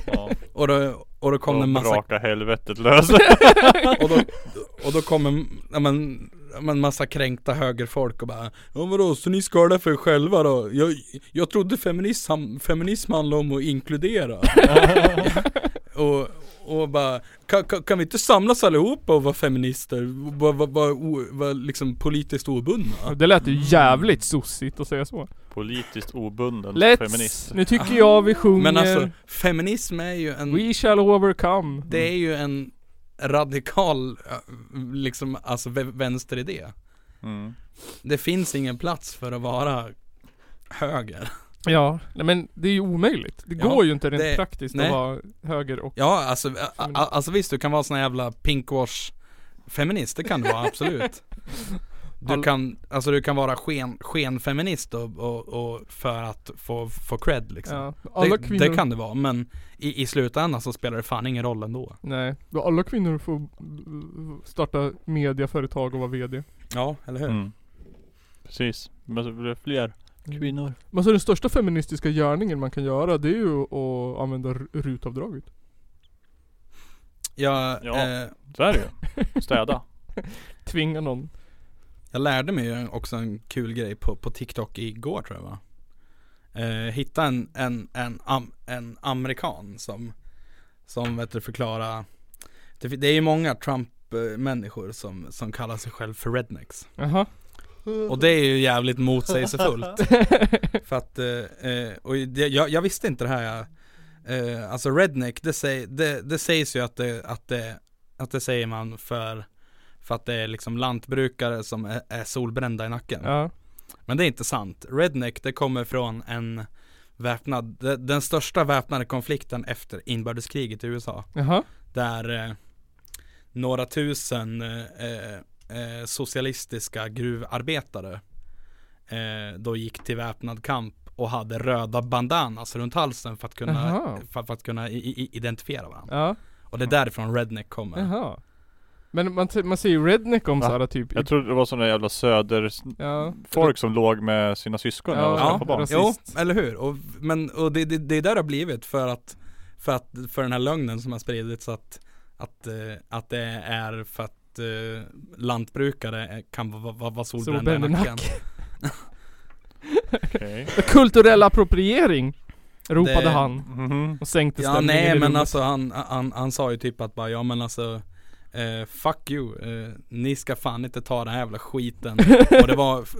S3: Ja.
S4: Och, då, och då kom det en massa,
S3: Raka helvetet lös.
S4: och då, och då kom en, ja, men, ja, men massa kränkta högerfolk och bara Ja vadå, så ni ska ha det för er själva då? Jag, jag trodde feminism, feminism handlade om att inkludera. och, och bara, kan, kan, kan vi inte samlas allihopa och vara feminister? Vara var, var, var, liksom politiskt obundna?
S2: Det lät
S4: Mm.
S2: ju jävligt sossigt att säga så.
S3: Politiskt obunden
S2: Let's,
S3: feminist.
S2: nu tycker jag vi sjunger
S4: Men alltså, feminism är ju en
S2: We shall overcome.
S4: Det är ju en radikal, eh, liksom, alltså vä- vänsteridé.
S3: Mm.
S4: Det finns ingen plats för att vara höger.
S2: Ja, nej, men det är ju omöjligt. Det
S4: Ja,
S2: går ju inte rent
S4: det-
S2: praktiskt
S4: nej.
S2: att vara höger och...
S4: Ja, alltså, a- a- alltså visst, du kan vara sån här jävla pinkwash feminist, det kan du vara, absolut. Du
S2: All-
S4: kan, alltså du kan vara sken, skenfeminist och, och, och för att få, få cred liksom.
S2: Ja. Alla
S4: Det,
S2: kvinnor...
S4: det kan det vara, men i, i slutändan så spelar det fan ingen roll ändå.
S2: Nej. Alla kvinnor får starta mediaföretag och vara VD.
S4: Ja, eller hur?
S3: Mm. Precis. Men så blir det fler kvinnor.
S2: Men så den största feministiska gärningen man kan göra det är ju att använda r- rutavdraget.
S4: Jag,
S3: Ja.
S4: eh,
S3: Så är det ju. Städa.
S2: Tvinga någon.
S4: Jag lärde mig ju också en kul grej på, på TikTok igår tror jag va? Eh, hitta en, en, en, am, en amerikan som, som vet du, förklara det, fi- det är ju många Trump-människor som, som kallar sig själv för rednecks
S2: Jaha.
S4: Och det är ju jävligt motsägelsefullt För att, eh, eh, och det, jag, jag visste inte det här eh, Alltså redneck, det, säg, det, det sägs ju att det, att, det, att det säger man för för att det är liksom lantbrukare som är, är solbrända i nacken.
S2: Ja.
S4: Men det är inte sant. Redneck det kommer från en väpnad, de- den största väpnade konflikten efter inbördeskriget i USA.
S2: Jaha.
S4: Där eh, några tusen eh, eh, eh, socialistiska gruvarbetare eh, då gick till väpnad kamp och hade röda bandanas runt halsen för att kunna,
S2: Jaha.
S4: för, för att kunna i, i, identifiera varandra.
S2: Ja,
S4: Och det är därifrån Redneck kommer.
S2: jaha. Men man, t- man ser ju redneck om
S3: Va?
S2: såhär typ.
S3: Jag trodde det var sådana jävla söder
S2: ja.
S3: folk som låg med sina syskon när
S2: Ja.
S3: de skaffade barn.
S2: rasist.
S4: Jo, eller hur? Och, men, och det, det, det är där det har blivit för att, för att, för den här lögnen som har spridits att, att, eh, att det är för att eh, lantbrukare eh, kan vara va, va, vara solbrända i
S2: Solbränd i
S4: nacken.
S3: Okej.
S2: Kulturell appropriering! Ropade
S4: Det-
S2: han
S3: Mhm.
S2: och sänkte
S4: Ja
S2: stämningen i
S4: nej men
S2: rummet.
S4: alltså han, han, han sa ju typ att bara ja men alltså eh, Fuck you, eh, ni ska fan inte ta den här jävla skiten Och det var f-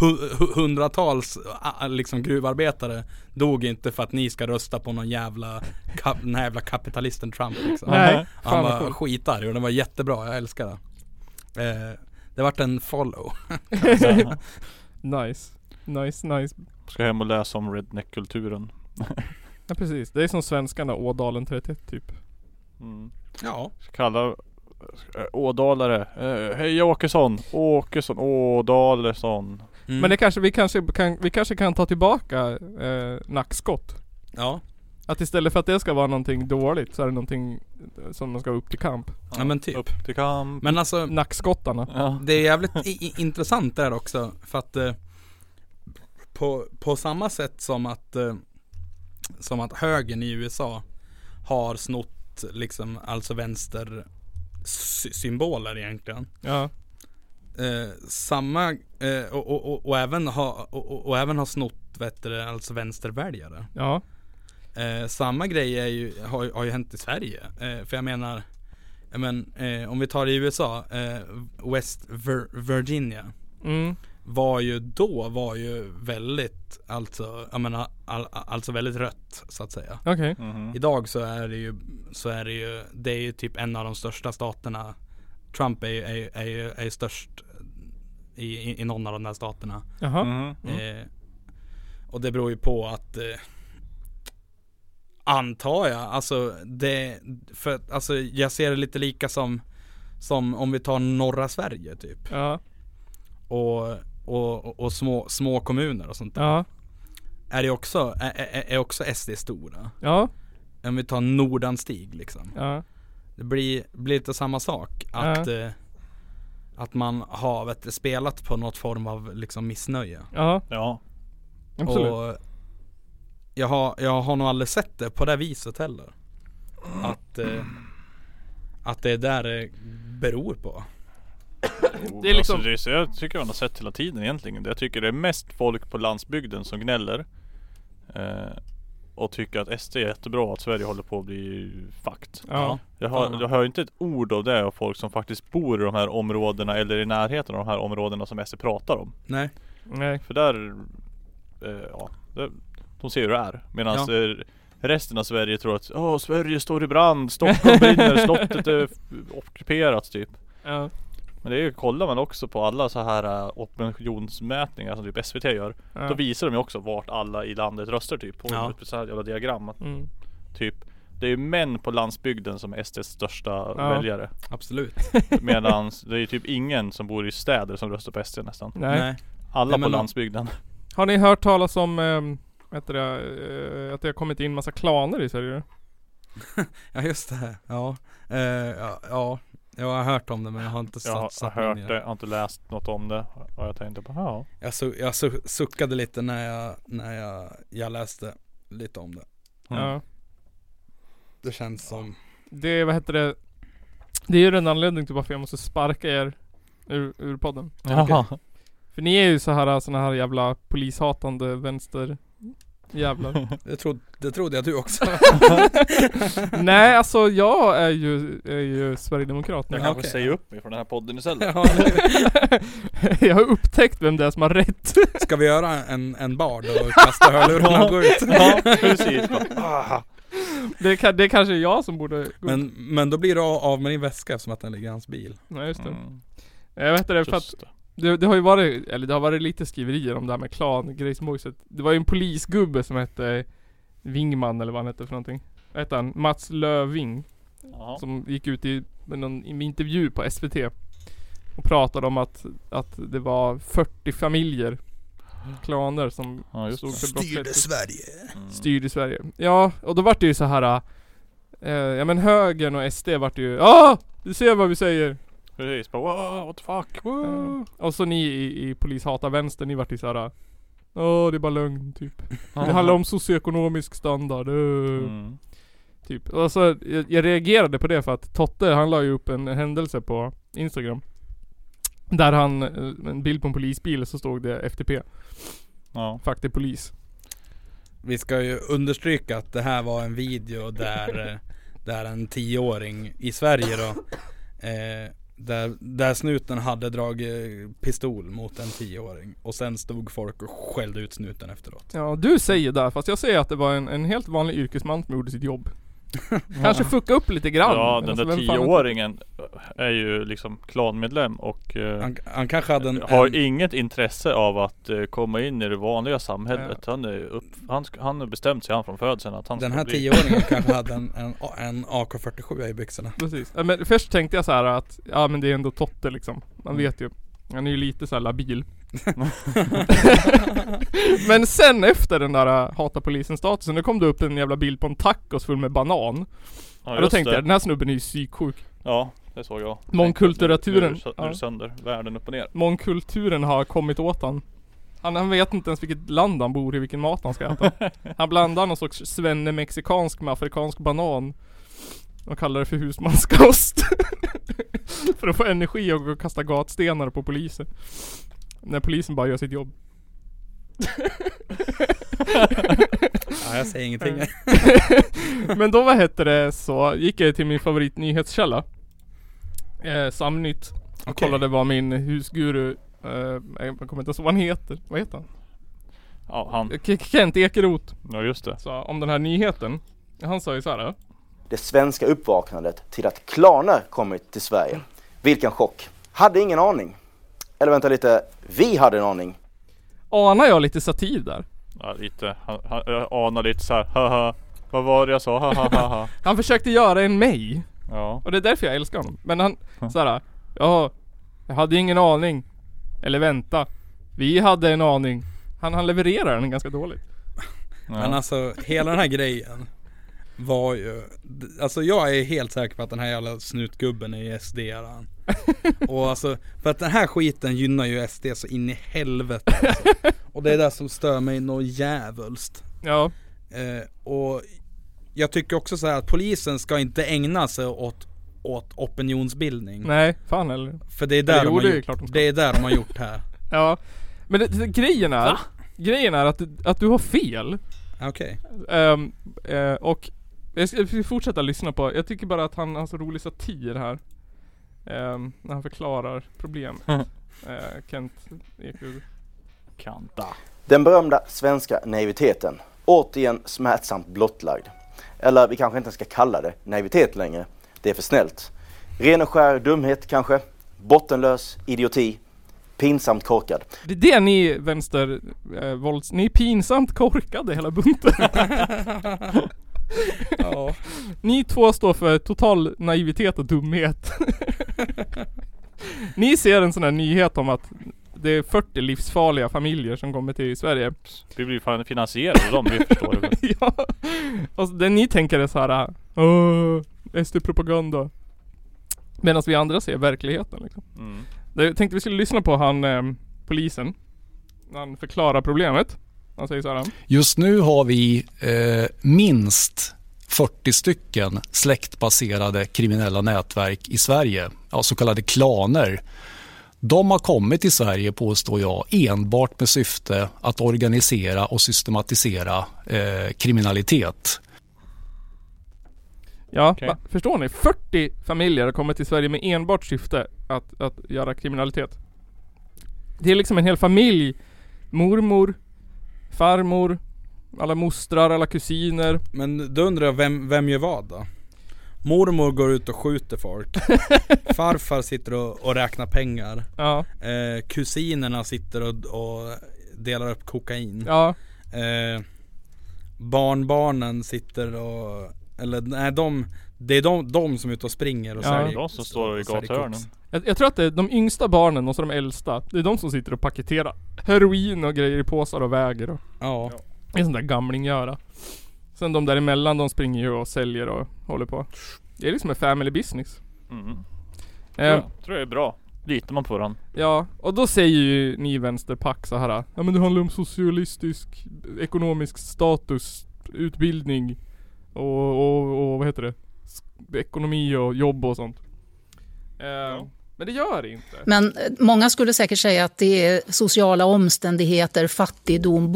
S4: hu- hu- hundratals ah, ah, liksom gruvarbetare Dog inte för att ni ska rösta på någon jävla kap, Den här jävla kapitalisten Trump liksom
S3: Mm-hmm.
S2: Nej,
S4: Han
S2: fan vad
S4: var
S2: coolt.
S4: skitarg och den var jättebra, jag älskar den eh, Det vart en follow
S3: Ja.
S2: Nice. Nice, nice.
S3: Ska hem och läsa om redneck-kulturen.
S2: Ja precis. Det är som svenskarna, Ådalen 31 typ.
S3: Mm.
S4: Ja
S3: Ska kalla eh, Ådalare. Eh, Hej Åkesson! Åkesson, Ådalersson.
S4: mm.
S2: Men det kanske, vi kanske kan, vi kanske kan ta tillbaka eh, nackskott.
S4: ja.
S2: Att istället för att det ska vara någonting dåligt så är det någonting eh, som man ska upp till kamp.
S4: Ja, men typ.
S3: Upp till kamp.
S4: men alltså
S2: Nackskottarna.
S3: Ja.
S4: Det är jävligt i, i, intressant där också för att eh, på, på samma sätt som att eh, som att högern i USA har snott liksom alltså vänster sy- symboler egentligen.
S2: Ja.
S4: Eh, samma eh, och, och, och, och även ha och, och, och även har snott vet du, alltså vänsterväljare.
S2: Ja.
S4: Eh, samma grej är ju, har, har ju hänt i Sverige. Eh, för jag menar, jag men, eh, om vi tar i USA, eh, West Vir- Virginia
S2: Mm.
S4: var ju då var ju väldigt, alltså, jag menar, all, alltså väldigt rött så att säga.
S2: Okej.
S3: Mhm.
S4: Idag så är det ju, så är det ju, det är ju typ en av de största staterna. Trump är ju, är, ju- är, ju- är ju störst i, i, i någon av de där staterna.
S2: Jaha.
S3: Mhm.
S4: Eh, och det beror ju på att eh, Antar jag, alltså det, för att, alltså jag ser det lite lika som Som om vi tar norra Sverige typ
S2: Ja.
S4: och, och, och- och små, små kommuner och sånt där.
S2: Ja.
S4: Är det också, är, är- är också SD stora?
S2: Ja.
S4: Om vi tar Nordanstig liksom.
S2: Ja.
S4: Det blir, blir lite samma sak. Att, eh, att man har vet, du, spelat på något form av liksom missnöje.
S2: Ja.
S3: Ja.
S2: Absolut.
S4: Och jag har, jag har nog aldrig sett det på det viset heller. Att, eh, att det är där det beror på.
S2: Det är liksom-
S3: alltså, det är, så jag tycker man har sett hela tiden egentligen. Jag tycker det är mest folk på landsbygden som gnäller. Eh, och tycker att SD är jättebra, att Sverige håller på att bli fucked.
S2: Ja.
S3: Jag hör,
S4: Ja.
S3: jag hör inte ett ord av det av folk som faktiskt bor i de här områdena eller i närheten av de här områdena som SD pratar om.
S4: Nej.
S2: Nej.
S3: För där, eh, ja, det, de ser hur det är. Medan
S4: Ja.
S3: eh, resten av Sverige tror att Åh, Sverige står i brand, Stockholm brinner, slottet är f- ockuperat typ.
S2: Ja.
S3: Men det är ju, kollar man också på alla så här eh, opinionsmätningar som typ SVT gör. Då
S2: Ja.
S3: visar de ju också vart alla i landet röstar typ. På
S4: Ja.
S3: ett så här jävla diagram. att
S2: Mm.
S3: Typ, det är ju män på landsbygden som är SDs största
S2: Ja.
S3: väljare.
S4: Absolut.
S3: Medan det är ju typ ingen som bor i städer som röstar på SD nästan.
S2: Nej.
S3: Alla
S4: Nej,
S3: på
S4: men-
S3: landsbygden.
S2: Har ni hört talas om ehm, vad heter det, eh, att det har kommit in massa klaner i Sverige?
S4: Ja just det, ja. Eh, ja, ja. Jag har hört om det men jag har inte
S3: Jag
S4: satt,
S3: har, har
S4: satt mig
S3: hört
S4: in i
S3: det, jag har inte läst något om det. Och jag tänkte på, ja.
S4: Jag, su- jag su- suckade lite när jag, när jag, jag läste lite om det.
S3: Mm.
S2: Ja.
S4: Det känns som,
S2: Det är, vad heter det? Det är ju den anledningen till varför jag måste sparka er ur, ur podden.
S3: Jaha.
S2: För ni är ju så här såna här jävla polishatande vänster jävlar.
S4: det, trodde det trodde jag du också.
S2: Nej alltså jag är ju, är ju Sverigedemokrat nu.
S3: Jag
S4: Ja.
S3: kanske
S4: okej.
S3: säger upp mig från den här podden istället.
S4: ja, nu-
S2: jag har upptäckt vem det är som har rätt.
S4: ska vi göra en, en bar då och kasta hörlurarna och gå ut?
S3: ja, precis. Ah.
S2: Det, kan, det är kanske är jag som borde gå
S4: Men, men då blir du av med din väska eftersom att den ligger i hans bil.
S2: Nej just det.
S3: Mm.
S2: Eh, vad heter det? För att
S3: Just det.
S2: Det, det har ju varit, eller det har varit lite skriverier om det här med klan, grejsmojset. Det var ju en polisgubbe som hette Wingman eller vad han hette för någonting. Vad hette han? Mats Löving.
S3: Ja.
S2: Som gick ut i med någon i en intervju på SVT. Och pratade om att, att det var 40 familjer klaner som
S3: Ja just
S2: stod
S3: det.
S2: för brottslighet.
S1: Sverige.
S3: Mm.
S2: Styrde Sverige. Ja, och då vart det ju så här. Eh, ja men högern och SD vart ju ah! Du ser vad vi säger!
S3: Precis, bara wow, what the fuck, wow.
S2: Eh, och så ni i, i polishata vänster, ni vart ju såhär Åh det är bara lögn typ. Det handlar om socioekonomisk standard. eh."
S3: Mm.
S2: Typ. Och så, jag, jag reagerade på det för att Totte han la ju upp en händelse på Instagram. Där han, eh, en bild på en polisbil så stod det FTP.
S3: Ja.
S2: Fuck the polis.
S4: Vi ska ju understryka att det här var en video där, eh, där en tioåring i Sverige då eh, där, där snuten hade dragit eh, pistol mot en tioåring och sen stod folk och skällde ut snuten efteråt.
S2: Ja, du säger där fast jag säger att det var en, en helt vanlig yrkesman som gjorde sitt jobb. Kanske fucka upp lite grann. men
S3: Ja den
S2: alltså,
S3: där
S2: vem fan vet-
S3: tioåringen eh, är ju liksom klanmedlem och eh,
S4: Han, han kanske hade en...
S3: har
S4: en
S3: inget intresse av att eh, komma in i det vanliga samhället. Han, är upp, han, ska- han har bestämt sig han från födseln att han
S4: den
S3: ska
S4: här
S3: bli-
S4: tioåringen kanske hade en, en, en AK47 i byxorna.
S2: Precis. Ja, men först tänkte jag så här att, ja men det är ändå Totte liksom. Man
S3: Mm.
S2: vet ju. Han är ju lite så här labil. men sen efter den där äh, hata polisen statusen, då kom det upp en jävla bild på en tacos full med banan.
S3: Ja,
S2: Ja, då
S3: just
S2: tänkte
S3: det.
S2: jag, den här snubben är ju psyksjuk.
S3: Ja, det såg jag.
S2: Mångkulturaturen.
S3: Nu, nu, nu är det sönder, världen upp och ner.
S2: Mångkulturen har kommit åt han. han. Han vet inte ens vilket land han bor i, vilken mat han ska äta. Han blandar någon sorts svenne mexikansk med afrikansk banan. Och kallar det för husmanskost. för att få energi och gå och kasta gatstenar på polisen. När polisen bara gör sitt jobb.
S4: Ja, jag säger ingenting.
S2: Men då vad hette det så gick jag till min favoritnyhetskälla. Eh, Samnytt. Och
S4: Okej.
S2: kollade vad min husguru, eh, jag kommer inte ens ihåg vad han heter. Vad heter han?
S3: Ja, han.
S2: K- Kent Ekeroth
S3: Ja, just det.
S2: sa om den här nyheten. Han sa ju så här.
S5: det svenska uppvaknandet till att klaner kommit till Sverige. Vilken chock! Hade ingen aning. Eller vänta lite, vi hade en aning.
S2: Anar jag lite satir där?
S3: Ja, lite. Han, han jag anar lite så här. haha. Vad var det jag sa? Haha, haha.
S2: Han försökte göra en mig.
S3: Ja.
S2: Och det är därför jag älskar honom. Men han, så här. Ja, jag hade ingen aning. Eller vänta. Vi hade en aning. Han, han levererar den ganska dåligt.
S4: Men
S3: ja.
S4: alltså hela den här grejen var ju, alltså jag är helt säker på att den här jävla snutgubben är sd -aren. Och alltså, för att den här skiten gynnar ju SD så in i helvete alltså. Och det är det som stör mig något djävulskt.
S2: Ja.
S4: Eh, och jag tycker också så här att polisen ska inte ägna sig åt, åt opinionsbildning.
S2: Nej. Fan eller.
S4: För det är där,
S2: Jo,
S4: de, har
S2: det är
S4: gjort,
S2: klart de ska.
S4: det är där de har gjort här.
S2: Ja. Men det, det, grejen är. Grejen är att, du- att du har fel.
S4: Okej.
S2: Ehm, eh, och jag ska jag ska fortsätta lyssna på, jag tycker bara att han har så rolig satir här. Ehm, när han förklarar problem. Eh, Kent Ekeroth.
S3: Kanta.
S5: Den berömda svenska naiviteten, återigen smärtsamt blottlagd. Eller vi kanske inte ska kalla det naivitet längre, det är för snällt. Ren och skär dumhet kanske, bottenlös idioti, pinsamt korkad.
S2: Det är det ni vänster, eh, vålds, ni är pinsamt korkade hela bunten.
S4: Ja.
S2: ni två står för total naivitet och dumhet. ni ser en sån här nyhet om att det är 40 livsfarliga familjer som kommer till Sverige.
S3: Vi blir fan finansierade av dem, vi förstår det.
S2: ja. Och så det ni tänker är såhär, åh, SD-propaganda. Medan vi andra ser verkligheten liksom.
S3: Mm.
S2: Det- Jag tänkte vi skulle lyssna på han, ehm, polisen. När han förklarar problemet. Han säger såhär.
S6: Just nu har vi eh, minst 40 stycken släktbaserade kriminella nätverk i Sverige, ja, så kallade klaner. De har kommit till Sverige, påstår jag, enbart med syfte att organisera och systematisera eh, kriminalitet.
S2: Ja,
S3: Okej.
S2: va? förstår ni? 40 familjer har kommit till Sverige med enbart syfte att, att göra kriminalitet. Det är liksom en hel familj. Mormor, farmor, alla mostrar, alla kusiner.
S4: Men då undrar jag, vem, vem gör vad då? Mormor går ut och skjuter folk Farfar sitter och, och räknar pengar
S2: Ja,
S4: eh, Kusinerna sitter och, och delar upp kokain
S2: ja.
S4: eh, Barnbarnen sitter och Eller nej de Det är de, de som är ute och springer och
S2: Ja.
S3: Det
S4: säljer
S3: är de som står i
S4: och säljer
S3: gathörnen.
S4: koks.
S2: Jag, jag tror att det är de yngsta barnen och så de äldsta, det är de som sitter och paketerar heroin och grejer i påsar och väger och
S4: Ja,
S2: Det är sån där gamlinggöra. Sen de däremellan, de springer ju och säljer och håller på. Det är liksom en family business.
S3: Mm.
S2: Eh, ja.
S3: Tror jag- tror jag är bra. Litar man på den?
S2: och då säger ju ni i vänsterpack så här. Ja men det handlar om socialistisk, ekonomisk status, utbildning och, och, och vad heter det? Sk- Ekonomi och jobb och sånt. Eh, Men det gör det inte.
S7: Men eh, många skulle säkert säga att det är sociala omständigheter, fattigdom,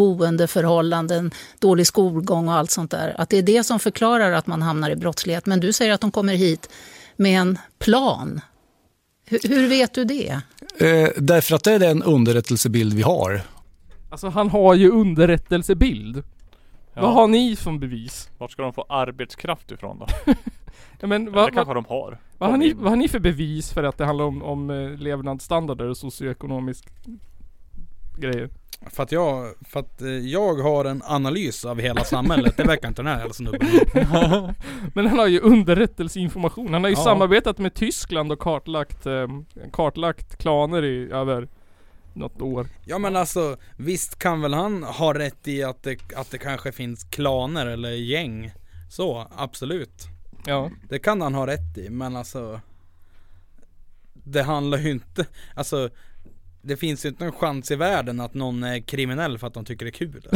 S7: boendeförhållanden, dålig skolgång och allt sånt där. Att det är det som förklarar att man hamnar i brottslighet. Men du säger att de kommer hit med en plan. Hur, hur vet du det?
S6: Eh, därför att det är den underrättelsebild vi har.
S2: Alltså han har ju underrättelsebild. Vad
S3: Ja.
S2: har ni som bevis?
S3: Vart ska de få arbetskraft ifrån då?
S2: Ja, men
S3: Va,
S2: vad-
S3: det kanske de har.
S2: Vad har, ni,
S3: Kom in.
S2: vad har ni för bevis för att det handlar om, om eh, levnadsstandarder och socioekonomisk grejer?
S4: för att, jag, för att eh, jag har en analys av hela samhället. Det verkar inte den här jävla snubben ha.
S2: Men han har ju underrättelseinformation. Han har ju
S4: Ja.
S2: samarbetat med Tyskland och kartlagt, eh, kartlagt klaner i över något år.
S4: Ja men alltså visst kan väl han ha rätt i att det, att det kanske finns klaner eller gäng. Så absolut.
S2: Ja.
S4: Det kan han ha rätt i men alltså Det handlar ju inte, alltså Det finns ju inte en chans i världen att någon är kriminell för att de tycker det är kul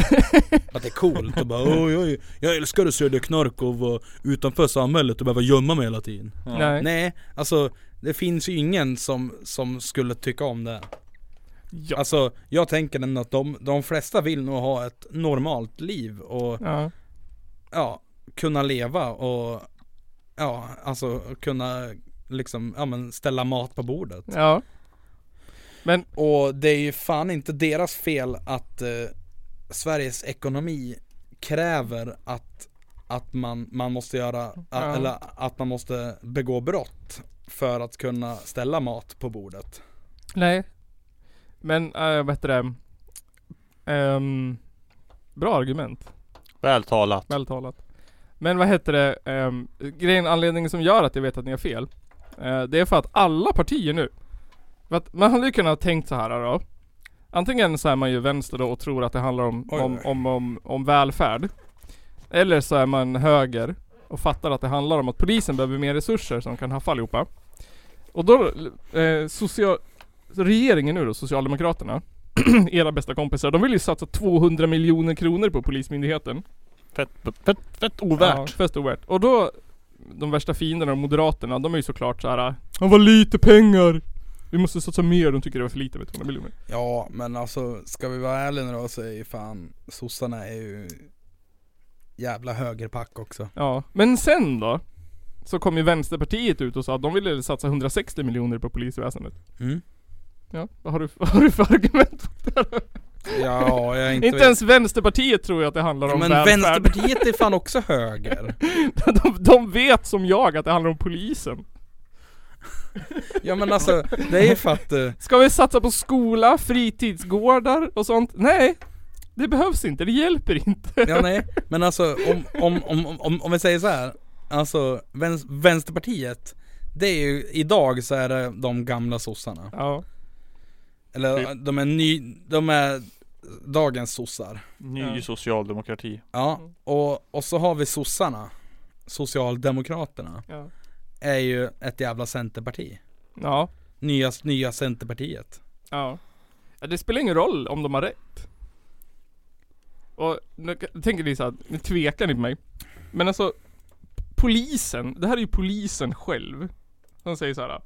S4: Att det är coolt och bara oj, oj, Jag älskar att sälja knark och vara utanför samhället och behöva gömma mig hela tiden
S3: Ja.
S2: Nej.
S4: Nej, alltså det finns ju ingen som, som skulle tycka om det
S2: Ja.
S4: Alltså jag tänker ändå att de, de flesta vill nog ha ett normalt liv och
S2: ja.
S4: ja, kunna leva och ja, alltså kunna liksom, ja men ställa mat på bordet.
S2: Ja.
S4: Och det är ju fan inte deras fel att eh, Sveriges ekonomi kräver att, att man, man måste göra,
S2: Ja.
S4: eller att man måste begå brott för att kunna ställa mat på bordet.
S2: Nej. Men, äh, vad heter det? Ehm, bra argument.
S3: Väl talat.
S2: Väl talat. Men vad heter det, ehm, grejen, anledningen som gör att jag vet att ni har fel. eh, det är för att alla partier nu. För att man hade ju kunnat tänkt så här då. Antingen så är man ju vänster då och tror att det handlar om,
S4: Oj,
S2: om,
S4: oj.
S2: om, om, om välfärd. Eller så är man höger och fattar att det handlar om att polisen behöver mer resurser som kan haffa allihopa. Och då, eh, social, regeringen nu då, Socialdemokraterna, era bästa kompisar, de vill ju satsa 200 miljoner kronor på Polismyndigheten.
S3: Fett, fett, fett ovärt.
S2: Ja, fest ovärt. Och då, de värsta fienderna, Moderaterna, de är ju såklart såhär Han var lite pengar! Vi måste satsa mer, de tycker det var för lite med 200 miljoner.
S4: Ja men alltså ska vi vara ärliga nu då så är ju fan sossarna är ju jävla högerpack också.
S2: Ja, men sen då? Så kom ju Vänsterpartiet ut och sa att de ville satsa 160 miljoner på polisväsendet.
S4: Mm.
S2: Ja, vad har du, vad har du för argument?
S4: Ja, jag är inte,
S2: Inte ens Vänsterpartiet tror jag att det handlar om
S4: Men
S2: välfärd.
S4: Vänsterpartiet är fan också höger.
S2: de, de vet som jag att det handlar om polisen.
S4: Ja men alltså, det är ju för att eh,
S2: Ska vi satsa på skola, fritidsgårdar och sånt? Nej! Det behövs inte, det hjälper inte.
S4: Ja nej, men alltså om, om, om, om- om, om vi säger så här Alltså vänst, Vänsterpartiet Det är ju, idag så är det de gamla sossarna
S2: Ja.
S4: Eller de är ny, de är dagens sossar
S3: Ny
S2: Ja.
S3: socialdemokrati.
S4: Ja, och, och så har vi sossarna Socialdemokraterna
S2: Ja.
S4: Är ju ett jävla centerparti
S2: Ja.
S4: Nya, nya centerpartiet
S2: Ja. Ja, Det spelar ingen roll om de har rätt. Och nu k- tänker ni såhär, nu tvekar ni på mig. Men alltså, polisen, det här är ju polisen själv. Som säger såhär,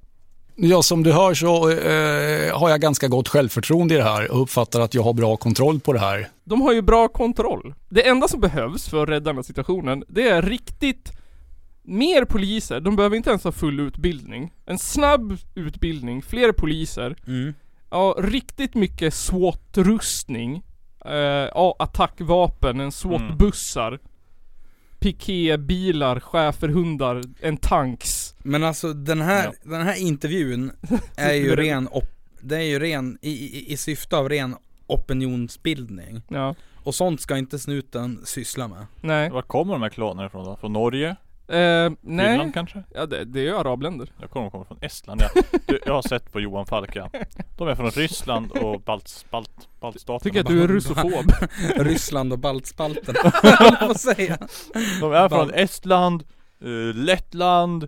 S6: Ja, som du hör så eh, har jag ganska gott självförtroende i det här och uppfattar att jag har bra kontroll på det här.
S2: de har ju bra kontroll. Det enda som behövs för att rädda den här situationen, det är riktigt mer poliser. De behöver inte ens ha full utbildning. En snabb utbildning, fler poliser.
S4: mm.
S2: Ja, riktigt mycket SWAT-rustning. Eh, ja, attackvapen, en SWAT-bussar. Pikébilar, schäferhundar, en tanks.
S4: Men alltså den här, den här intervjun är ju ren, op, det är ju ren i, i, i syfte av ren opinionsbildning
S2: Ja,
S4: Och sånt ska inte snuten syssla med.
S2: nej.
S3: Var kommer de här klanerna ifrån då? Från Norge?
S2: Eh, nej,
S3: Finland kanske?
S2: ja, det, det är ju arabländer.
S3: Jag kommer kommer från Estland ja. du, Jag har sett på Johan Falk ja. De är från Ryssland och Balt, Balt,
S2: Tycker
S3: Baltstaterna.
S2: att du är russofob.
S4: Ryssland och baltspalten. Vad säga.
S3: De är från
S4: Balt-
S3: Estland, eh, Lettland,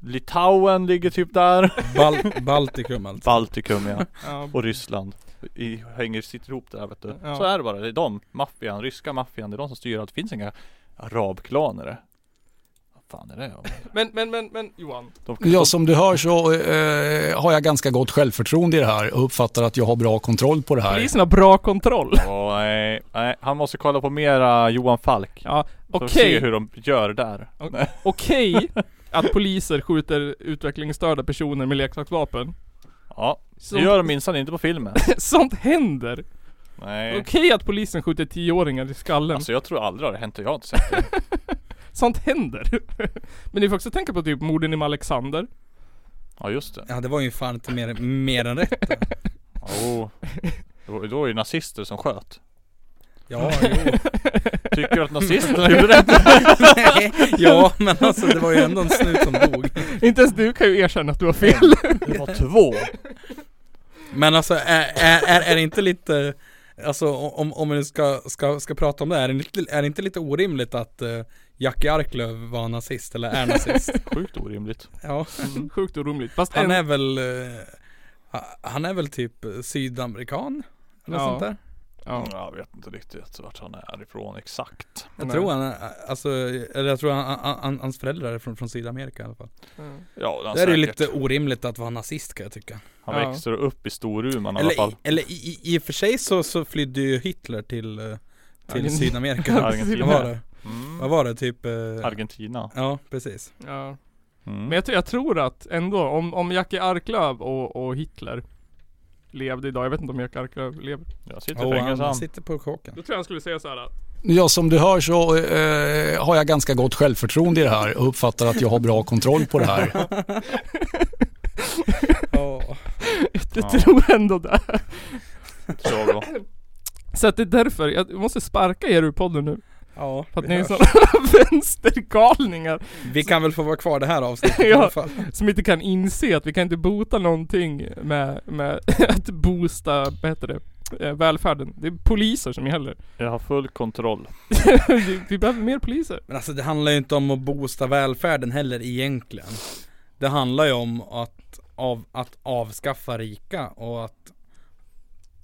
S3: Litauen ligger typ där.
S4: Bal- Baltikum alltså.
S3: Baltikum ja.
S2: ja,
S3: Och Ryssland. I, hänger sitter ihop där vet du.
S2: Ja.
S3: Så är det bara. Det är de, maffian, ryska maffian. Det är de som styr allt. Det finns inga arabklaner. Vad fan är det?
S2: men, men, men, men Johan.
S3: De,
S6: Ja, som du hör så eh, har jag ganska gott självförtroende i det här och uppfattar att jag har bra kontroll på det här.
S2: Polisen har bra kontroll.
S3: Åh, nej, nej, han måste kolla på mera Johan Falk.
S2: Ja,
S3: För att se
S2: okej.
S3: hur de gör där.
S2: Okej.
S3: Nej.
S2: Okej att poliser skjuter utvecklingsstörda personer med leksaksvapen.
S3: Ja, det
S2: Sånt,
S3: gör de minsann inte på filmen.
S2: sånt händer.
S3: Nej.
S2: Okej att polisen skjuter tioåringar i skallen.
S3: Alltså jag tror aldrig det har hänt och jag har inte sett det.
S2: Sånt händer. Men ni får också tänka på typ morden i Alexander.
S3: Ja just det.
S4: Ja det var ju fan inte mer, mer än rätt.
S3: Oh. Då, då är det ju nazister som sköt.
S4: Ja, jo.
S3: Tycker du att nazisterna gjorde rätt?
S4: Nej, ja men alltså det var ju ändå en snut som dog.
S2: Inte ens du kan ju erkänna att du har fel.
S3: Det var två.
S4: Men alltså är, är, är, är det inte lite Alltså om, om vi nu ska, ska, ska prata om det, är det inte, är det inte lite orimligt att uh, Jackie Arklöv var nazist eller är nazist?
S3: Sjukt orimligt.
S4: ja.
S2: Mm. Sjukt orimligt. Fast
S4: Han
S2: en,
S4: är väl eh, ha- Han är väl typ sydamerikan? Eller
S2: Ja.
S4: sånt där?
S2: ja.
S3: Jag vet inte riktigt vart han är ifrån exakt.
S4: Jag
S2: Nej.
S4: tror han är- alltså, eller jag tror han, han, han, hans föräldrar är från, från Sydamerika i alla fall.
S3: Ja, han
S4: Det är ju
S3: säkert.
S4: lite orimligt att vara nazist kan jag tycka.
S3: Han
S2: Ja.
S3: växer upp i Storuman i alla
S4: Eller,
S3: fall.
S4: i- eller i, i, i och för sig så, så flydde ju Hitler till, eh, till
S2: Argen-
S4: Sydamerika.
S3: Argentina.
S4: Vad var det? Vad
S3: Mm.
S4: var det? Typ... Eh,
S3: Argentina.
S4: ja, precis.
S2: Ja. Men
S3: Mm.
S2: jag, tror- jag tror att ändå, om, om Jackie Arklöv och, och Hitler levde idag, jag vet inte om Jackie Arklöv lever.
S3: Jag sitter i
S4: Och
S3: fängelse
S4: han
S3: han.
S4: sitter på kåken.
S2: Då tror jag han skulle säga så här.
S6: Ja, som du hör så eh, har jag ganska gott självförtroende i det här och uppfattar att jag har bra kontroll på det här.
S4: Ja.
S2: Jag
S3: Ja.
S2: tror ändå det.
S3: Så då.
S2: Så att det är därför, jag måste sparka er ur podden nu.
S4: ja
S2: För att
S4: vi
S2: ni är
S4: hörs.
S2: sådana vänstergalningar
S4: vi kan väl få vara kvar det här avsnittet i
S2: Ja.
S4: alla fall.
S2: som inte kan inse att vi kan inte bota någonting med, med att boosta, vad heter det, eh, välfärden. Det är poliser som gäller.
S3: Jag har full kontroll.
S2: Vi- Vi behöver mer poliser.
S4: Men alltså det handlar ju inte om att boosta välfärden heller egentligen. Det handlar ju om att, av, att avskaffa rika och att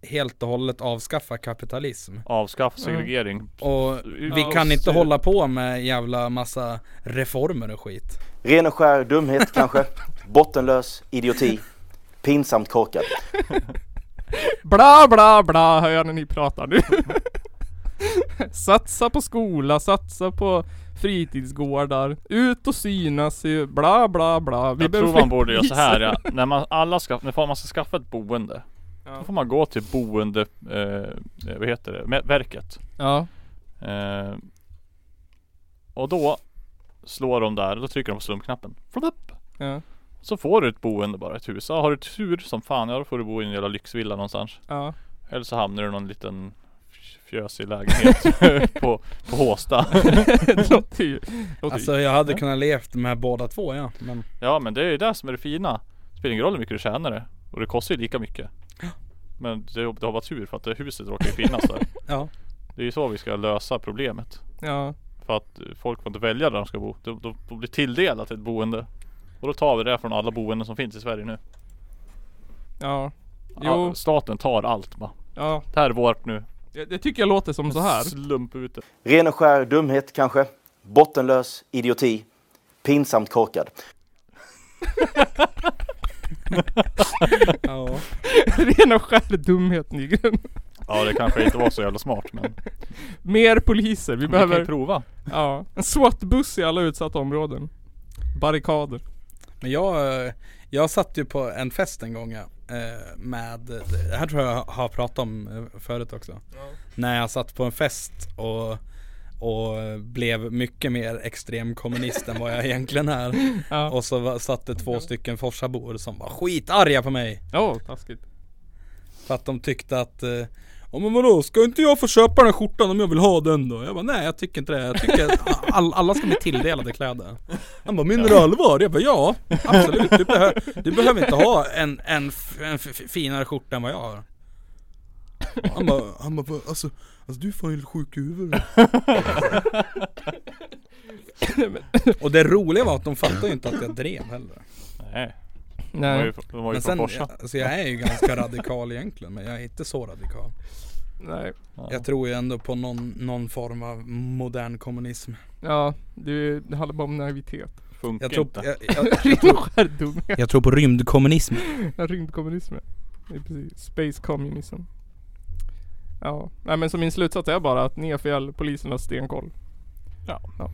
S4: helt och hållet avskaffa kapitalism.
S3: Avskaffa segregering.
S4: Och Mm. vi
S2: Ja,
S4: kan inte
S3: styr-
S4: hålla på med jävla massa reformer och skit.
S5: Ren och skär dumhet kanske. Bottenlös idioti. Pinsamt korkad.
S2: Bla bla bla hör jag när ni pratar nu. satsa på skola, satsa på fritidsgårdar, ut och synas i bla bla bla. Vi
S3: jag
S2: behöver
S3: tror man
S2: fler
S3: borde göra så här
S2: poliser.
S3: ja. När man, alla ska, när man ska skaffa ett boende. Då får man gå till boende, eh, vad heter det, med, verket.
S2: Ja.
S3: Eh, och då slår de där, då trycker de på slumknappen. Flupp.
S2: Ja.
S3: Så får du ett boende bara, ett hus. Ja, har du tur som fan, ja då får du bo i en jävla lyxvilla någonstans.
S2: Ja.
S3: Eller så hamnar du i någon liten f- fjösig lägenhet på, på Håsta.
S2: det låter ju... Låter ju.
S4: Alltså jag hade kunnat levt med båda två ja. Men
S3: Ja men det är ju det som är det fina. Det spelar ingen roll hur mycket du tjänar det. Och det kostar ju lika mycket. Men det, det har varit tur för att det huset råkar ju finnas där.
S4: ja.
S3: Det är ju så vi ska lösa problemet.
S2: Ja.
S3: För att folk får inte välja där de ska bo. De, de, de blir tilldelat ett boende. Och då tar vi det från alla boenden som finns i Sverige nu.
S2: Ja. Jo.
S3: Ja, staten tar allt bara.
S2: Ja.
S3: Det här är vårt nu.
S2: Det, det tycker jag låter som så här.
S3: Slump ut det.
S5: Ren och skär dumhet kanske. Bottenlös idioti. Pinsamt korkad.
S4: ja.
S2: Ren och skär dumhet Nygren.
S3: Ja det kanske inte var så jävla smart men.
S2: Mer poliser. Vi
S3: Vi kan ju
S2: behöver...
S3: prova.
S2: Ja. En SWAT-buss i alla utsatta områden. Barrikader.
S4: Men jag, eh, jag satt ju på en fest en gång ja, eh, med, det här tror jag jag har pratat om eh, förut också. När jag satt på en fest och, och blev mycket mer extrem kommunist än vad jag egentligen är.
S2: Ja.
S4: Och så var- satt det två stycken Forsabor som var skitarga på mig.
S2: Åh, taskigt.
S4: För att de tyckte att eh, Ja men vadå, ska inte jag få köpa den här skjortan om jag vill ha den då? Jag bara nej jag tycker inte det. Jag tycker att all, alla ska bli tilldelade kläder. Han bara menar du allvar? Jag bara ja, absolut. Du, behö- du behöver inte ha en, en, f- en f- f- finare skjorta än vad jag har. Han bara, han bara alltså, alltså du är fan helt sjuk i huvudet. Och det roliga var att de fattade ju inte att jag drev heller.
S3: Nej, de var
S2: Nej.
S3: ju, de var ju från
S4: Men sen,
S3: Forsa.
S4: alltså jag är ju ganska radikal egentligen men jag är inte så radikal.
S2: Nej.
S3: Ja.
S4: Jag tror ju ändå på någon, någon form av modern kommunism.
S2: Ja, det, det handlar bara om naivitet.
S3: Funkar
S4: Jag tror,
S3: inte.
S4: jag, jag,
S2: Ren och skär dumhet.
S4: jag tror på rymdkommunism.
S2: Rymdkommunismen. Det är precis. Space communism. Ja, nej men så min slutsats är bara att ni är fel, polisen har stenkoll.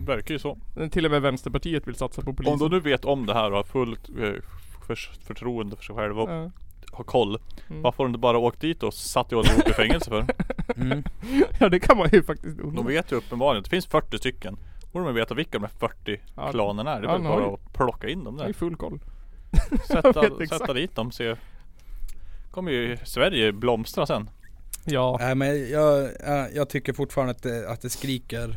S3: Verkar ju så.
S2: Men Till och med Vänsterpartiet vill satsa på polisen.
S3: Om de nu vet om det här och har fullt eh, förs- förtroende för sig själva och
S2: Ja.
S3: har koll.
S2: Mm.
S3: Varför har de inte bara åkt dit och satt Johnny Hope i fängelse för?
S4: Mm.
S2: ja, det kan man ju faktiskt undra.
S3: De vet ju uppenbarligen att det finns 40 stycken. Borde man veta vilka de här 40
S2: Ja,
S3: klanerna är. Det är
S2: ja,
S3: väl
S2: de har
S3: bara
S2: ju-
S3: att plocka in dem
S2: Det är
S3: där.
S2: full koll. vet
S3: Sätta,
S2: exakt.
S3: sätta dit dem se. Kommer ju Sverige blomstra sen.
S2: Ja.
S4: Nej men jag, jag, jag tycker fortfarande att det, att det skriker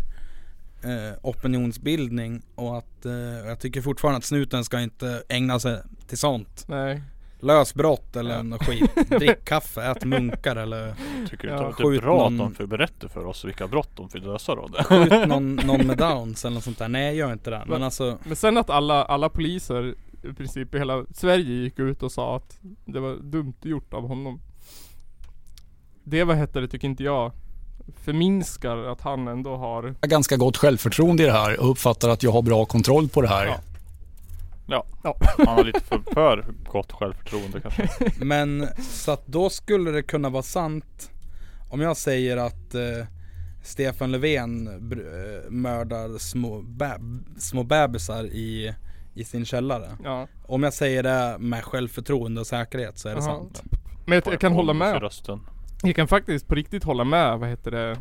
S4: eh, opinionsbildning och att eh, jag tycker fortfarande att snuten ska inte ägna sig till sånt.
S2: Nej.
S4: Lös brott eller något skit. Drick kaffe, ät munkar eller
S3: Tycker
S2: Ja,
S3: du inte att det
S4: skjut
S3: är bra
S4: någon-
S3: att de får berätta för oss vilka brott de vill lösa då?
S4: skjut någon, någon med downs eller något sånt där. Nej gör inte det. Men alltså
S2: Men sen att alla, alla poliser i princip i hela Sverige gick ut och sa att det var dumt gjort av honom. Det vad hette det tycker inte jag förminskar att han ändå har
S6: Jag har ganska gott självförtroende i det här och uppfattar att jag har bra kontroll på det här.
S3: Ja. Ja.
S2: Ja.
S3: Han har lite för, för gott självförtroende kanske.
S4: Men så att då skulle det kunna vara sant om jag säger att eh, Stefan Löfven br- eh, mördar små, bä- små bebisar i, i sin källare.
S2: Ja.
S4: Om jag säger det med självförtroende och säkerhet så är det
S2: Aha.
S4: sant.
S2: Men jag, jag kan hålla med.
S3: Rösten.
S2: Jag kan faktiskt på riktigt hålla med, vad heter det,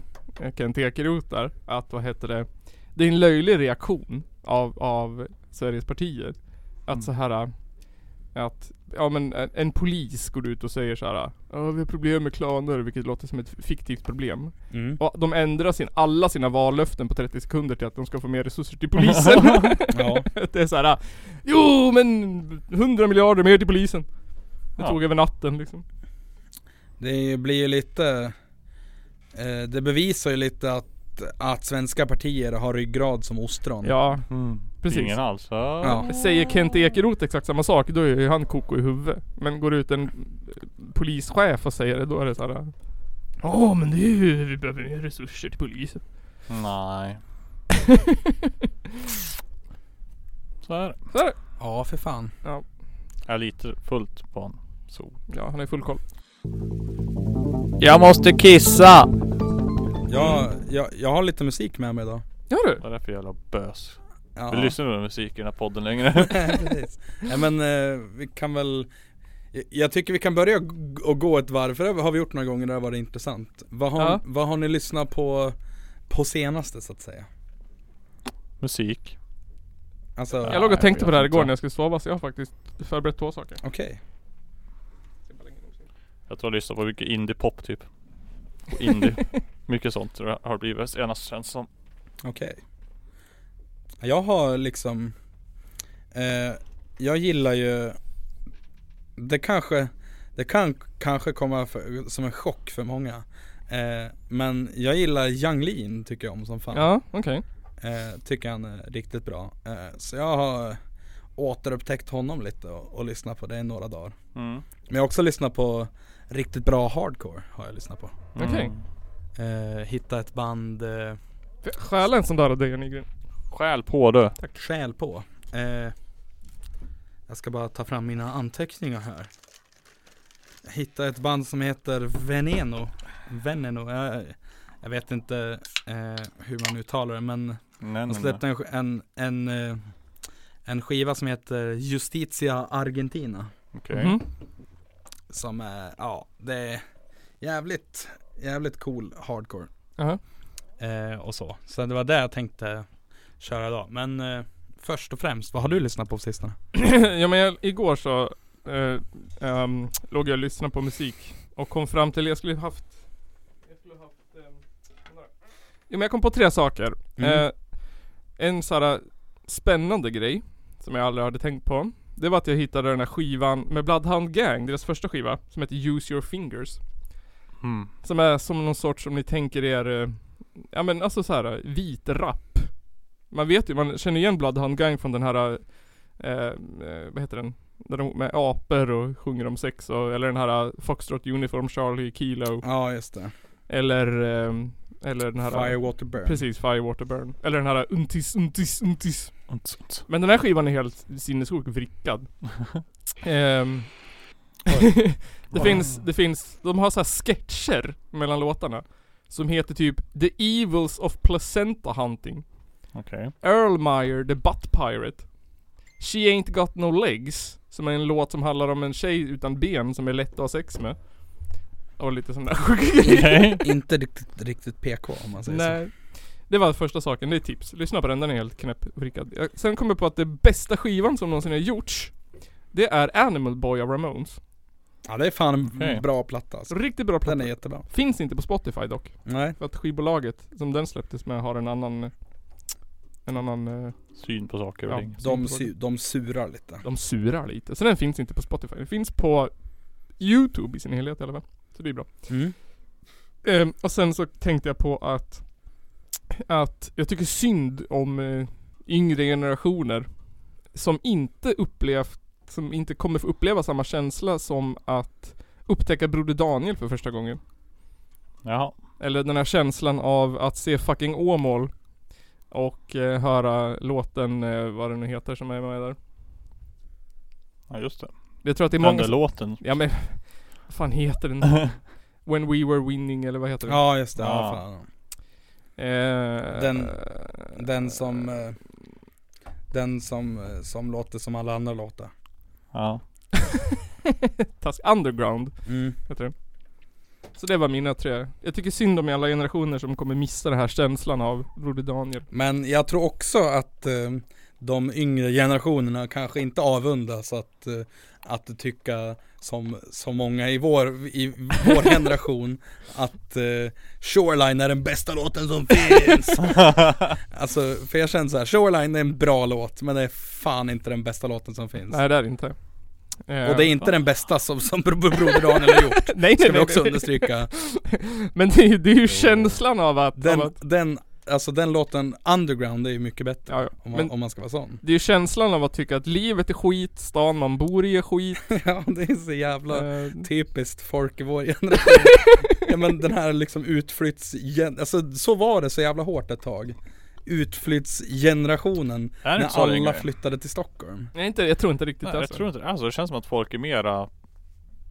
S2: Kent Ekeroth där. Att vad heter det, det är en löjlig reaktion av, av Sveriges partier. Att
S3: Mm.
S2: så här att, ja men en- en polis går ut och säger så här. Ja vi har problem med klaner, vilket låter som ett fiktivt problem.
S4: Mm.
S2: Och de ändrar sin, alla sina vallöften på 30 sekunder till att de ska få mer resurser till polisen.
S4: Ja.
S2: det är så här. jo men 100 miljarder mer till polisen. Det
S3: Ja.
S2: tog över natten liksom.
S4: Det blir ju lite eh, Det bevisar ju lite att, att svenska partier har ryggrad som ostron.
S2: Ja,
S3: Precis.
S2: precis.
S3: Mm. Ingen alls. Ja.
S4: Ja.
S2: Säger Kent Ekeroth exakt samma sak, då är ju han koko i huvudet. Men går ut en polischef och säger det, då är det eh. såhär... Ja men det är ju, vi behöver mer resurser till polisen.
S3: Nej. Så är det.
S4: ja för fan.
S3: Jag är lite fullt på en sol.
S2: Ja, han är full koll.
S3: Jag måste kissa!
S4: Jag, jag, jag har lite musik med mig idag.
S2: Gör du?
S3: Det är därför jag är jävla bös.
S4: Ja.
S3: Vi lyssnar på musik i den här podden längre.
S4: Nej, precis. Nej men eh, vi kan väl jag- Jag tycker vi kan börja g- och gå ett varv för det har vi gjort några gånger och det har varit intressant Vad har,
S2: Ja.
S4: vad har ni lyssnat på på senaste så att säga?
S3: musik.
S4: Alltså
S2: Jag låg och tänkte
S3: jag
S2: på det här
S3: vet
S2: igår
S3: inte.
S2: när jag skulle sova så jag har faktiskt förberett två saker.
S4: okej
S3: Jag tror jag lyssnar på mycket indie-pop typ. Och indie. mycket sånt tror jag har blivit senast känns som.
S4: Okej Jag har liksom eh, Jag gillar ju Det kanske Det kan kanske komma för, som en chock för många eh, Men jag gillar Yung Lean tycker jag om som fan
S2: Ja, okej.
S4: Eh, tycker han är riktigt bra. Eh, så jag har återupptäckt honom lite och, och lyssnat på det i några dagar.
S3: Mm.
S4: Men jag har också lyssnat på riktigt bra hardcore har jag lyssnat på.
S2: Okej.
S3: Mm.
S4: Eh, hitta ett band eh,
S2: Okay. Stjäla en sån där av dig Nygren.
S3: Skäl på du.
S4: Skäl på. Eh, jag ska bara ta fram mina anteckningar här. Hitta ett band som heter Veneno. Veneno. Jag, jag vet inte eh, hur man uttalar det men
S3: Nej,
S4: De
S3: nej, nej.
S4: släppte en, sk- en, en, eh, en skiva som heter Justitia Argentina
S3: Okej.
S2: Mhm.
S4: Som är, ja det är jävligt, jävligt cool hardcore
S2: Jaha.
S4: eh, och så Så det var det jag tänkte köra idag Men eh, först och främst, vad har du lyssnat på på sistone?
S2: ja men jag, igår så eh, ehm, låg jag och lyssnade på musik och kom fram till, jag skulle haft skulle haft... Eh, jo men jag kom på tre saker.
S4: Mm.
S2: Eh, en sån här spännande grej, som jag aldrig hade tänkt på. Det var att jag hittade den här skivan med Bloodhound Gang, deras första skiva, som heter Use Your Fingers.
S3: Mm.
S2: Som är som någon sorts, om ni tänker er, eh, ja men alltså så här eh, vit rap. Man vet ju, man känner igen Bloodhound Gang från den här, eh, eh, vad heter den? Där de med apor och sjunger om sex och, eller den här eh, Foxtrot Uniform Charlie Kilo.
S4: Ja just det.
S2: Eller, eh, eller Oh. den här
S4: Firewater Burn.
S2: Precis, Firewater Burn. Eller den här eh, Untis, Untis, Untis.
S3: Ont, ont.
S2: Men den här skivan är helt sinnessjukt vrickad. Ehm, det
S3: Oj.
S2: finns, det finns, de har så här sketcher mellan låtarna. Som heter typ The Evils of Placenta Hunting.
S3: Okej.
S2: Earl Meyer, The Butt Pirate. She Ain't Got No Legs. Som är en låt som handlar om en tjej utan ben som är lätt att ha sex med. Och lite sån där sjuka grejer.
S3: Okej.
S4: Inte riktigt, riktigt PK om man säger så.
S2: Nej. Det var första saken, det är tips. Lyssna på den, den är helt knäpp vrickad. Jag- Sen kom jag på att det bästa skivan som någonsin har gjorts Det är Animal Boy av Ramones.
S4: Ja det är fan en
S3: Okej.
S4: bra platta alltså.
S2: Riktigt bra
S4: Den
S2: platta.
S4: är jättebra.
S2: Finns inte på Spotify dock.
S4: Nej.
S2: För att skivbolaget som den släpptes med har en annan En annan eh,
S3: Syn på saker och
S2: Ja.
S3: ting.
S4: De, su- de surar lite.
S2: De surar lite. Så den finns inte på Spotify. Den finns på Youtube i sin helhet i alla fall. Så det är bra.
S4: Mm.
S2: Ehm, och sen så tänkte jag på att Att jag tycker synd om eh, yngre generationer Som inte upplevt Som inte kommer få uppleva samma känsla som att Upptäcka Broder Daniel för första gången
S3: Jaha.
S2: Eller den här känslan av att se fucking Åmål Och eh, höra låten, eh, vad den nu heter som är med där
S3: Ja just det.
S2: Jag tror att det är
S3: Den
S2: många
S3: där
S2: som,
S3: låten.
S2: Ja men Vad fan heter den? When We Were Winning eller vad heter den?
S4: Ja just det, ja.
S3: Ja.
S4: fan.
S2: Eh,
S4: Den- Den som eh, Den som, eh, som låter som alla andra låtar.
S3: Ja.
S2: Task Underground
S4: Mm.
S2: heter det. Så det var mina tre. Jag tycker synd om alla generationer som kommer missa den här känslan av Broder Daniel.
S4: Men jag tror också att eh, de yngre generationerna kanske inte avundas att, eh, att tycka som så många i vår, i vår generation att eh, Shoreline är den bästa låten som finns. alltså, för jag känner så här, Shoreline är en bra låt men det är fan inte den bästa låten som finns.
S2: Nej det är det inte. Eh,
S4: Och det är inte den bästa som, som Bro- Broder Daniel har gjort.
S2: Nej nej
S4: Ska vi
S2: nej.
S4: också
S2: nej.
S4: understryka.
S2: Men det är, ju- det är ju känslan av att... av
S4: Den,
S2: att
S4: den, alltså den låten Underground är ju mycket bättre.
S2: ja, ja.
S4: Om man,
S2: Men
S4: om man ska vara sån.
S2: det är ju känslan av att tycka att livet är skit, stan man bor i är skit.
S4: ja, det är så jävla
S2: eh,
S4: typiskt folk i vår generation. ja men den här liksom utflytts, alltså så var det så jävla hårt ett tag. Utflyttsgenerationen,
S3: Är det
S4: när
S3: inte så
S4: alla
S3: längre?
S4: flyttade till Stockholm.
S2: nej, inte, jag tror inte riktigt
S3: Nej,
S2: det.
S3: jag tror inte det. Alltså det känns som att folk är mera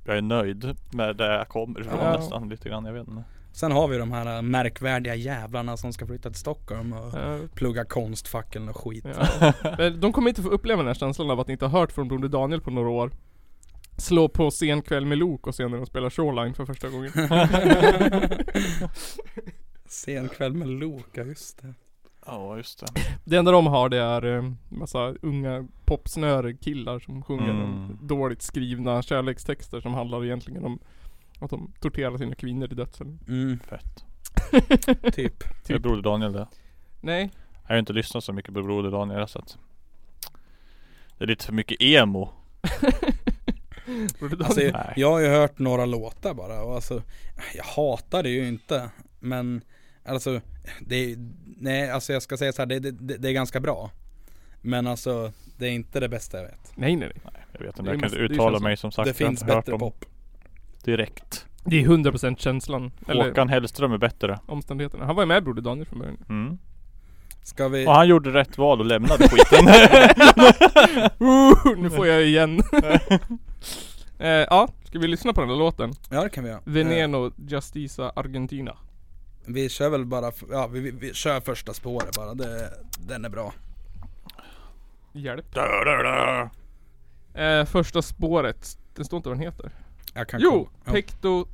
S3: Jag är nöjd med det jag kommer ifrån
S2: Ja.
S3: nästan lite grann, jag vet inte.
S4: Sen har vi de här eh, märkvärdiga jävlarna som ska flytta till Stockholm och
S2: Eh,
S4: plugga konstfacken och skit.
S2: Ja. Men de kommer inte få uppleva den här känslan av att ni inte har hört från Broder Daniel på några år. Slå på sen kväll med Lok och se när de spelar Shoreline för första gången.
S4: Sen kväll med Loka, just det.
S3: Ja just det.
S2: Det enda de har det är eh, massa unga popsnörkillar som sjunger
S3: Mm.
S2: om dåligt skrivna kärlekstexter som handlar egentligen om att de torterar sina kvinnor till döds eller-
S4: Mm,
S3: Fett.
S4: typ.
S3: Det är Broder Daniel det.
S2: Nej,
S3: Jag har ju inte lyssnat så mycket på Broder Daniel så att Det är lite för mycket emo.
S2: Broder
S4: Alltså,
S2: Daniel.
S3: Nej.
S4: jag har ju hört några låtar bara och alltså, jag hatar det ju inte. Men alltså, det är, nej alltså jag ska säga så här, det, det, det det är ganska bra. Men alltså, det är inte det bästa jag vet.
S2: Nej nej nej.
S3: Jag vet
S2: Det
S3: inte, jag kan
S2: måste-
S3: inte
S2: det
S3: uttala
S2: känns
S3: mig som sagt.
S4: det
S3: jag har
S4: finns
S3: inte hört
S4: bättre
S3: dem
S4: pop.
S3: Direkt.
S2: Det är 100% känslan. Eller
S3: Håkan Hellström är bättre.
S2: omständigheterna. Han var ju med i Broder Daniel från början.
S3: Mm.
S4: Ska vi,
S3: Och han gjorde rätt val och lämnade skiten.
S2: Ooh, nu får jag igen. eh, ja, ska vi lyssna på den här låten?
S4: ja det kan vi göra. Eh,
S2: Veneno Justiza Argentina.
S4: Vi kör väl bara, f- ja vi, vi, vi kör första spåret bara, det, den är bra.
S2: Hjälp.
S3: Dö, dö, dö.
S2: Eh, första spåret. Det står inte vad den heter.
S4: Jag kan
S2: Jo!
S4: Ja.
S2: Pecto...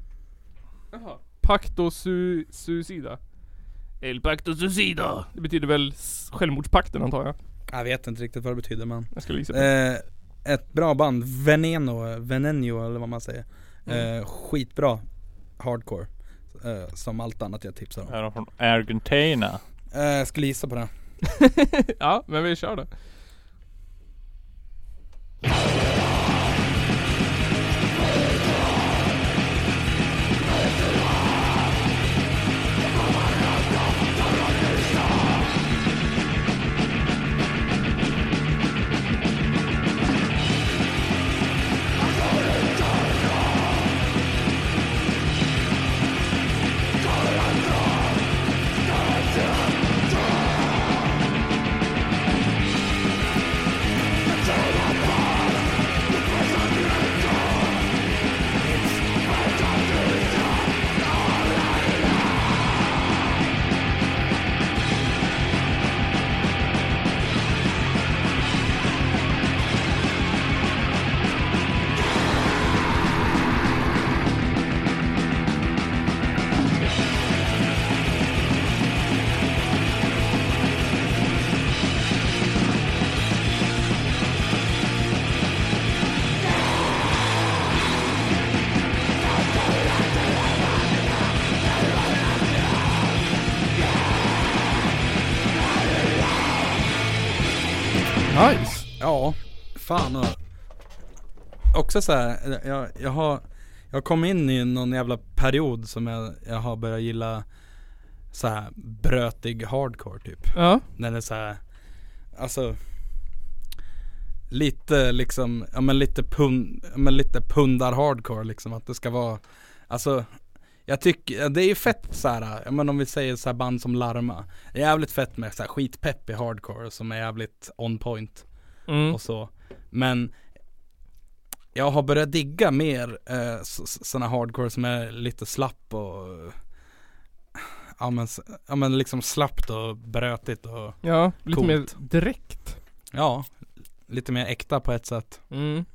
S2: Jaha. Pacto su, suicida. El pacto suicida. Det betyder väl s- självmordspakten antar jag.
S4: Jag vet inte riktigt vad det betyder men.
S2: Jag skulle gissa på.
S4: Eh, ett bra band, Mm. Veneno, Venenio eller vad man säger. Eh, skitbra hardcore. eh, som allt annat jag tipsar om.
S3: Är de från Argentina?
S4: Eh, jag skulle gissa på det.
S2: Ja, men vi kör det. Nice!
S4: Ja, fan och Också så här, eh, jag, jag har Jag kom in i någon jävla period som jag, jag har börjat gilla så här brötig hardcore typ
S2: Ja,
S4: När det är så här, alltså Lite liksom, ja men lite pund, ja, men lite pundar hardcore liksom att det ska vara Alltså jag tycker, det är ju fett så här, ja men om vi säger så här band som Larma Det är jävligt fett med så här skitpeppig hardcore som är jävligt on point
S2: mm.
S4: och så. Men jag har börjat digga mer eh, s- s- såna hardcore som är lite slapp och ja men, s- ja men liksom slappt och brötigt och
S2: ja lite
S4: Coolt.
S2: mer direkt.
S4: ja, lite mer äkta på ett sätt.
S2: Mm.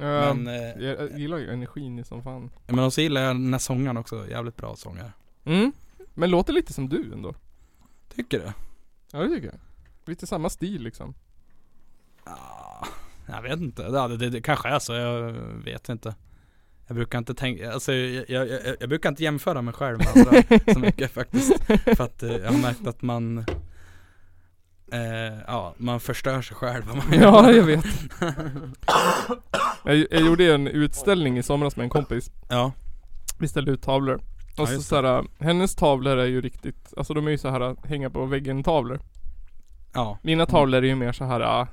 S2: Ja,
S4: Men, eh,
S2: jag, jag gillar ju energin i som fan.
S4: men också gillar jag den här sångaren också, jävligt bra sångare.
S2: Mm. Men låter lite som du ändå.
S4: Tycker du?
S2: Ja det tycker jag. Lite samma stil liksom.
S4: Ah, jag vet inte, det, det, det kanske är så, jag vet inte. Jag brukar inte tänka, alltså jag, jag, jag, jag brukar inte jämföra mig själv med andra så mycket faktiskt. För att eh, jag har märkt att man eh, Ja, man förstör sig själv vad man
S2: Ja, jag vet. jag, jag gjorde ju en utställning i somras med en kompis.
S4: Ja,
S2: Vi ställde ut tavlor.
S4: Ja,
S2: Och så,
S4: just
S2: så här, hennes tavlor är ju riktigt, alltså de är ju så här hänga på väggen tavlor.
S4: ja
S2: Mina tavlor är ju mer så här ah,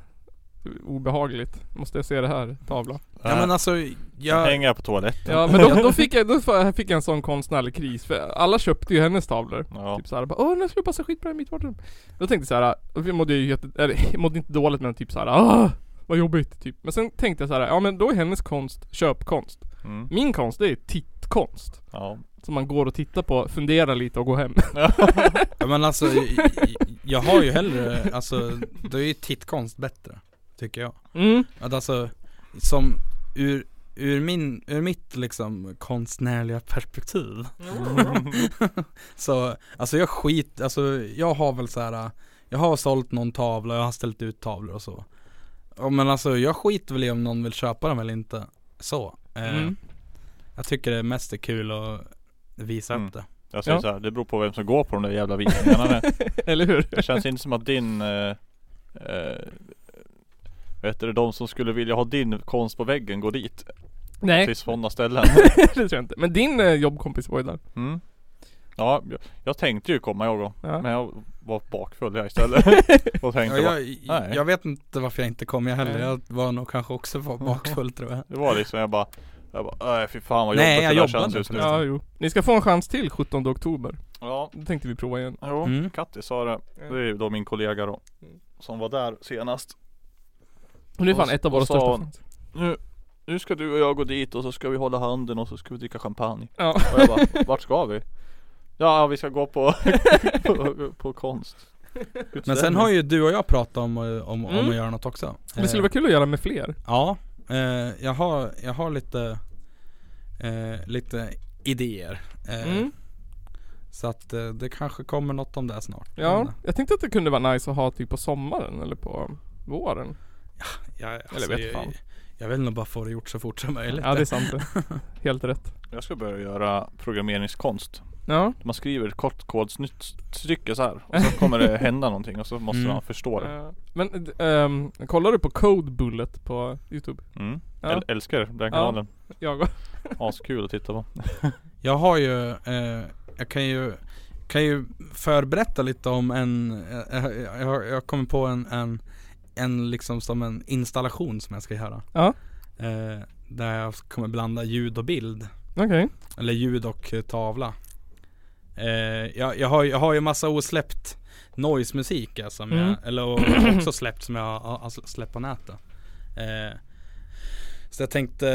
S2: obehagligt. Måste jag se det här tavla?
S4: Ja men alltså
S3: jag...
S4: jag
S3: Hänger på toaletten?
S2: Ja men då, då, fick jag, då fick jag en sån konstnärlig kris. För alla köpte ju hennes tavlor.
S3: Ja.
S2: Typ såhär, bara, åh den här skulle passa skitbra i mitt vardagsrum. Då tänkte jag såhär, och vi mådde ju jätte, eller mådde inte dåligt men typ såhär, åh vad jobbigt typ. Men sen tänkte jag såhär, ja men då är hennes konst köpkonst.
S3: Mm.
S2: Min konst det är tittkonst.
S3: ja.
S2: Som man går och tittar på, funderar lite och går hem.
S4: Ja men alltså jag, jag har ju hellre, alltså då är ju tittkonst bättre Tycker jag
S2: Mm,
S4: Att alltså, som ur, ur min, ur mitt liksom konstnärliga perspektiv Så, alltså jag skit, alltså jag har väl så här. Jag har sålt någon tavla, jag har ställt ut tavlor och så Ja, Men alltså jag skiter väl i om någon vill köpa dem eller inte Så eh,
S2: mm.
S4: Jag tycker det mest är kul att visa
S3: Mm.
S4: upp det
S3: Jag säger
S2: Ja.
S3: så här, det beror på vem som går på de där jävla visningarna
S2: Eller hur?
S3: Det känns inte som att din eh, eh, Vet du de som skulle vilja ha din konst på väggen går dit
S2: Nej,
S3: Till sådana ställen
S2: det tror jag inte. Men din eh, jobbkompis var ju där.
S3: mm. Ja, jag, jag tänkte ju komma ihåg då
S2: Ja.
S3: Men jag var bakfull jag istället Och
S4: ja,
S3: tänkte bara,
S4: jag,
S3: nej.
S4: jag vet inte varför jag inte kom jag heller,
S2: Nej.
S4: jag var nog kanske också va- bakfull tror jag
S3: Det var liksom jag bara Jag bara, nej fy fan vad jobbigt
S4: Nej,
S3: det
S4: jag
S3: där
S4: jobbade
S3: känns just nu
S2: Ja, jo. Ni ska få en chans till 17 oktober.
S3: Ja,
S2: Då tänkte vi prova igen.
S3: jo,
S4: Mm.
S3: Katti sa det Det är ju då min kollega då
S2: Mm.
S3: Som var där senast
S2: Och det är
S3: Och
S2: fan
S3: s-
S2: ett av
S3: och
S2: våra
S3: sa
S2: största
S3: hon-
S2: fans.
S3: nu, nu ska du och jag gå dit och så ska vi hålla handen och så ska vi dricka champagne
S2: Ja.
S3: Och jag bara, vart ska vi? Ja vi ska gå på, på, på konst
S4: Men sen har ju du och jag pratat om, eh, om, om
S2: Mm.
S4: att göra något också
S2: Det skulle
S4: Eh,
S2: vara kul att göra med fler.
S4: Ja, eh, jag, har, jag har lite, eh, lite idéer. Eh,
S2: Mm.
S4: Så att eh, det kanske kommer något om det här snart.
S2: Ja,
S4: Men, eh,
S2: jag tänkte att det kunde vara nice att ha typ på sommaren eller på våren.
S4: Jag, alltså,
S3: vet fan.
S4: jag, jag vill nog bara få det gjort så fort som möjligt.
S2: Ja det är sant det. Helt rätt.
S3: Jag ska börja göra programmeringskonst.
S2: Ja.
S3: Man skriver ett kort kodstycke så här och så kommer det hända någonting och så måste
S4: Mm.
S3: man förstå det.
S2: Eh, Men d- ehm, kollar du på Code Bullet på Youtube?
S3: Mm.
S2: Ja.
S3: Äl- älskar den
S2: Ja.
S3: kanalen.
S2: Jag
S3: Askul att titta på.
S4: Jag har ju, eh, jag kan ju, kan ju förberätta lite om en, eh, eh, jag, har- jag kommer på en, en, en liksom som en installation som jag ska göra.
S2: Ja.
S4: Eh, där jag kommer blanda ljud och bild.
S2: Okej.
S4: Eller ljud och eh, tavla. Eh, jag, jag, har, ju- jag har ju massa osläppt noise musik alltså, som
S2: Mm.
S4: jag, eller och- också släppt som jag har, har släppt på nätet. Eh, så jag tänkte,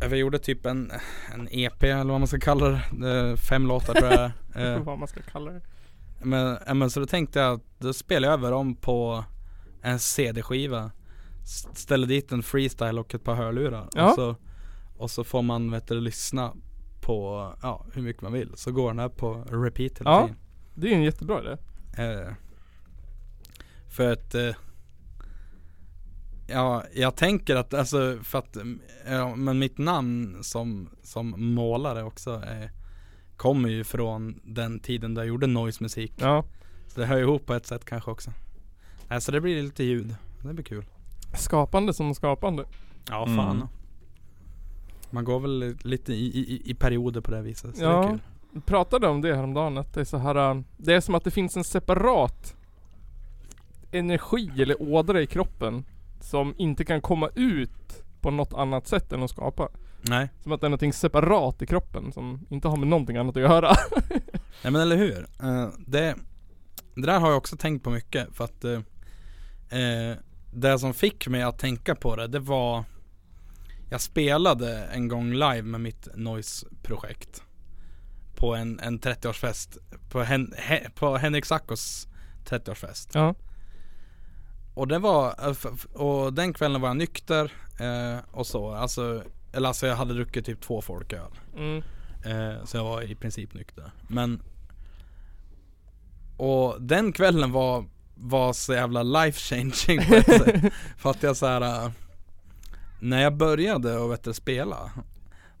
S4: eh, jag gjorde typ en, en EP eller vad man ska kalla det, eh, fem låtar tror jag. Eh,
S2: Vad man ska kalla det.
S4: men, ja, men så då tänkte jag att då spelar jag över dem på en CD-skiva S- Ställer dit en freestyle och ett par hörlurar
S2: Ja.
S4: och, så, och så får man vet du, lyssna på ja, hur mycket man vill Så går den här på repeat hela
S2: Ja.
S4: tiden
S2: Det är ju en jättebra idé.
S4: Eh, för att eh, Ja, jag tänker att alltså för att mm, ja, Men mitt namn som, som målare också är, Kommer ju från den tiden då jag gjorde noise musik
S2: Ja.
S4: så det hör ju ihop på ett sätt kanske också. Nej, så det blir lite ljud. Det blir kul.
S2: Skapande som skapande.
S4: Ja,
S3: Mm. fan.
S4: Man går väl lite i, i, i perioder på det här viset. Så
S2: Ja.
S4: det är kul.
S2: Vi pratade om det häromdagen att det är så här. äh, Det är som att det finns en separat energi eller ådra i kroppen som inte kan komma ut på något annat sätt än att skapa.
S4: Nej.
S2: Som att det är någonting separat i kroppen som inte har med någonting annat att göra.
S4: Nej men eller hur. Eh, det, det där har jag också tänkt på mycket för att eh, eh, det som fick mig att tänka på det, det var Jag spelade en gång live med mitt noise-projekt På en, en 30-årsfest på, Hen, he, på Henrik Sackos 30-årsfest
S2: Ja.
S4: Och det var, eh, f- f- och den kvällen var jag nykter eh, och så, alltså, eller alltså jag hade druckit typ två folköl.
S2: Mm.
S4: Eh, så jag var i princip nykter. Men Och den kvällen var, var så jävla life changing på ett sätt. För att jag så här. eh, När jag började och vet du, spela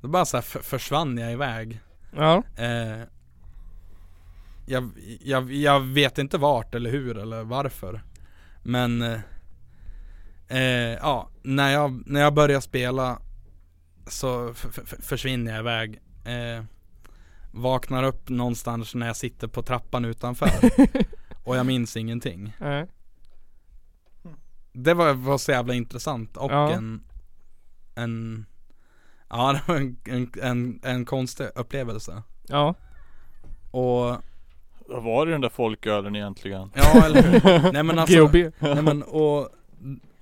S4: Då bara så här f- försvann jag iväg
S2: Ja.
S4: Eh, jag, jag, jag vet inte vart eller hur eller varför. Men eh, eh, ja, när jag, när jag börjar spela så f- f- f- försvinner jag iväg. Eh, vaknar upp någonstans när jag sitter på trappan utanför och jag minns ingenting.
S2: Nej.
S4: Det var, var så jävla intressant och
S2: Ja.
S4: en, en, ja det var en, en, en, en konstig upplevelse.
S2: Ja.
S4: Och
S3: Vad var det den där folkölen egentligen?
S4: Ja eller hur? Nej men alltså,
S2: GHB.
S4: nej men och,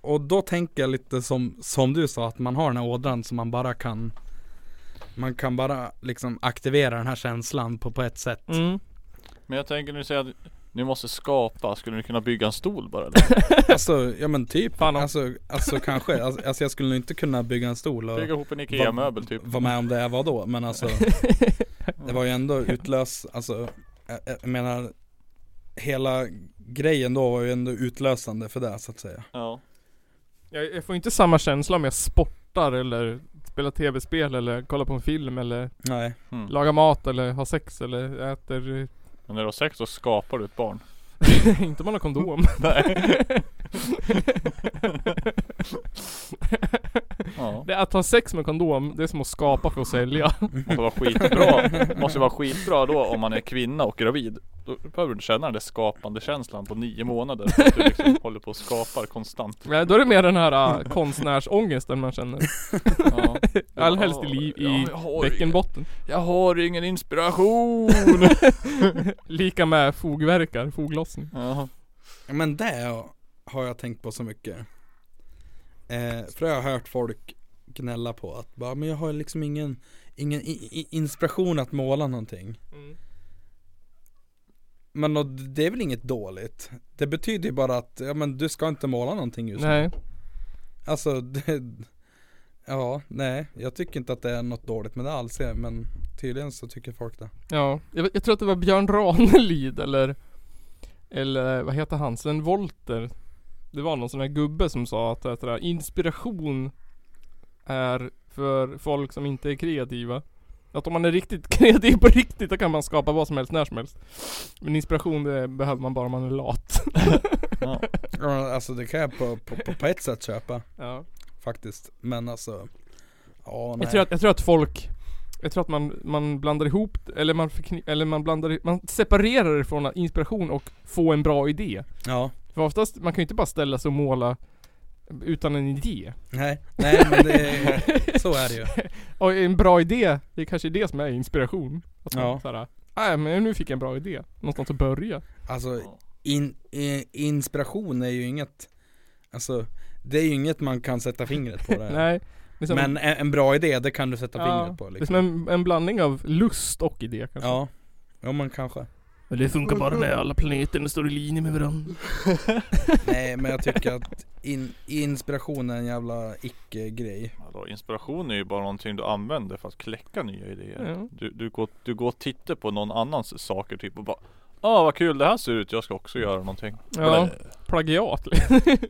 S4: och då tänker jag lite som, som du sa att man har den här ådran som man bara kan Man kan bara liksom aktivera den här känslan på, på ett sätt
S2: Mm.
S3: Men jag tänker nu säga att ni måste skapa, skulle ni kunna bygga en stol bara eller?
S4: Alltså, ja men typ,
S2: Fan om-
S4: alltså, alltså kanske, alltså, alltså jag skulle nog inte kunna bygga en stol och
S3: Bygga ihop en IKEA-möbel typ
S4: vara med om det jag var då men alltså Det var ju ändå utlös, alltså jag, jag menar Hela grejen då var ju ändå utlösande för det så att säga
S3: Ja
S2: Jag, jag får inte samma känsla om jag sportar eller spelar tv-spel eller kollar på en film eller
S4: Nej
S3: mm.
S2: lagar mat eller har sex eller äter eh,
S3: Men när du har sex så skapar du ett barn
S2: Inte om man har kondom.
S3: Ja
S2: det, att ha sex med kondom, det är som att skapa för att sälja.
S3: Måste vara skitbra Måste vara skitbra då om man är kvinna och gravid Då behöver du inte känna den där skapande känslan på nio månader Att du liksom håller på och skapar konstant
S2: Nej, Då är det mer den här äh, konstnärsångesten man känner.
S3: ja.
S2: All helst i, liv, i
S3: Ja, jag har
S2: bäckenbotten.
S3: ingen- Jag har ingen inspiration!
S2: Lika med fogverkar, foglossning.
S3: ja.
S4: Ja, Men det har jag tänkt på så mycket. Eh, för jag har hört folk gnälla på att bara, men jag har liksom ingen, ingen i, i, inspiration att måla någonting.
S2: Mm.
S4: Men och, det är väl inget dåligt? Det betyder ju bara att, ja men du ska inte måla någonting just nu.
S2: Nej.
S4: Alltså, det, ja, nej, jag tycker inte att det är något dåligt med det alls, eh, men tydligen så tycker folk det.
S2: Ja, jag, vet- jag tror att det var Björn Ranelid eller Eller vad heter han? Sven Volter Det var någon sån här gubbe som sa att, att det där, inspiration är för folk som inte är kreativa. Att om man är riktigt kreativ på riktigt då kan man skapa vad som helst när som helst. Men inspiration det behöver man bara om man är lat.
S3: Ja.
S4: Ja, Alltså det kan jag på, på, på, på ett sätt köpa
S2: Ja.
S4: faktiskt. Men alltså. Ja, nej.
S2: Jag, tror att, jag tror att folk jag tror att man, man blandar ihop, eller man förkni- eller man blandar, man separerar det från inspiration och få en bra idé.
S4: Ja.
S2: För oftast, man kan ju inte bara ställa sig och måla utan en idé.
S4: Nej, nej men det, så är det ju.
S2: Och en bra idé, det är kanske det som är inspiration. Alltså, Att man
S4: Ja.
S2: "Ah, ja. såhär, nej men nu fick jag en bra idé. Någonstans att börja.
S4: Alltså in, i- inspiration är ju inget, alltså det är ju inget man kan sätta fingret på. Det.
S2: Nej. Det är som,
S4: Men en, en bra idé, det kan du sätta
S2: Ja,
S4: fingret på.
S2: det är
S4: Liksom.
S2: som en, en blandning av lust och idé kanske.
S4: Ja, ja men kanske.
S2: Men det funkar bara när alla planeterna står i linje med varandra.
S4: Nej men jag tycker att in, inspiration är en jävla icke-grej.
S3: Alltså, inspiration är ju bara någonting du använder för att kläcka nya idéer.
S2: Ja.
S3: Du, du, går, du går och tittar på någon annans saker typ och bara Ah vad kul det här ser ut, jag ska också göra någonting.
S2: Ja,
S3: Eller,
S2: plagiat.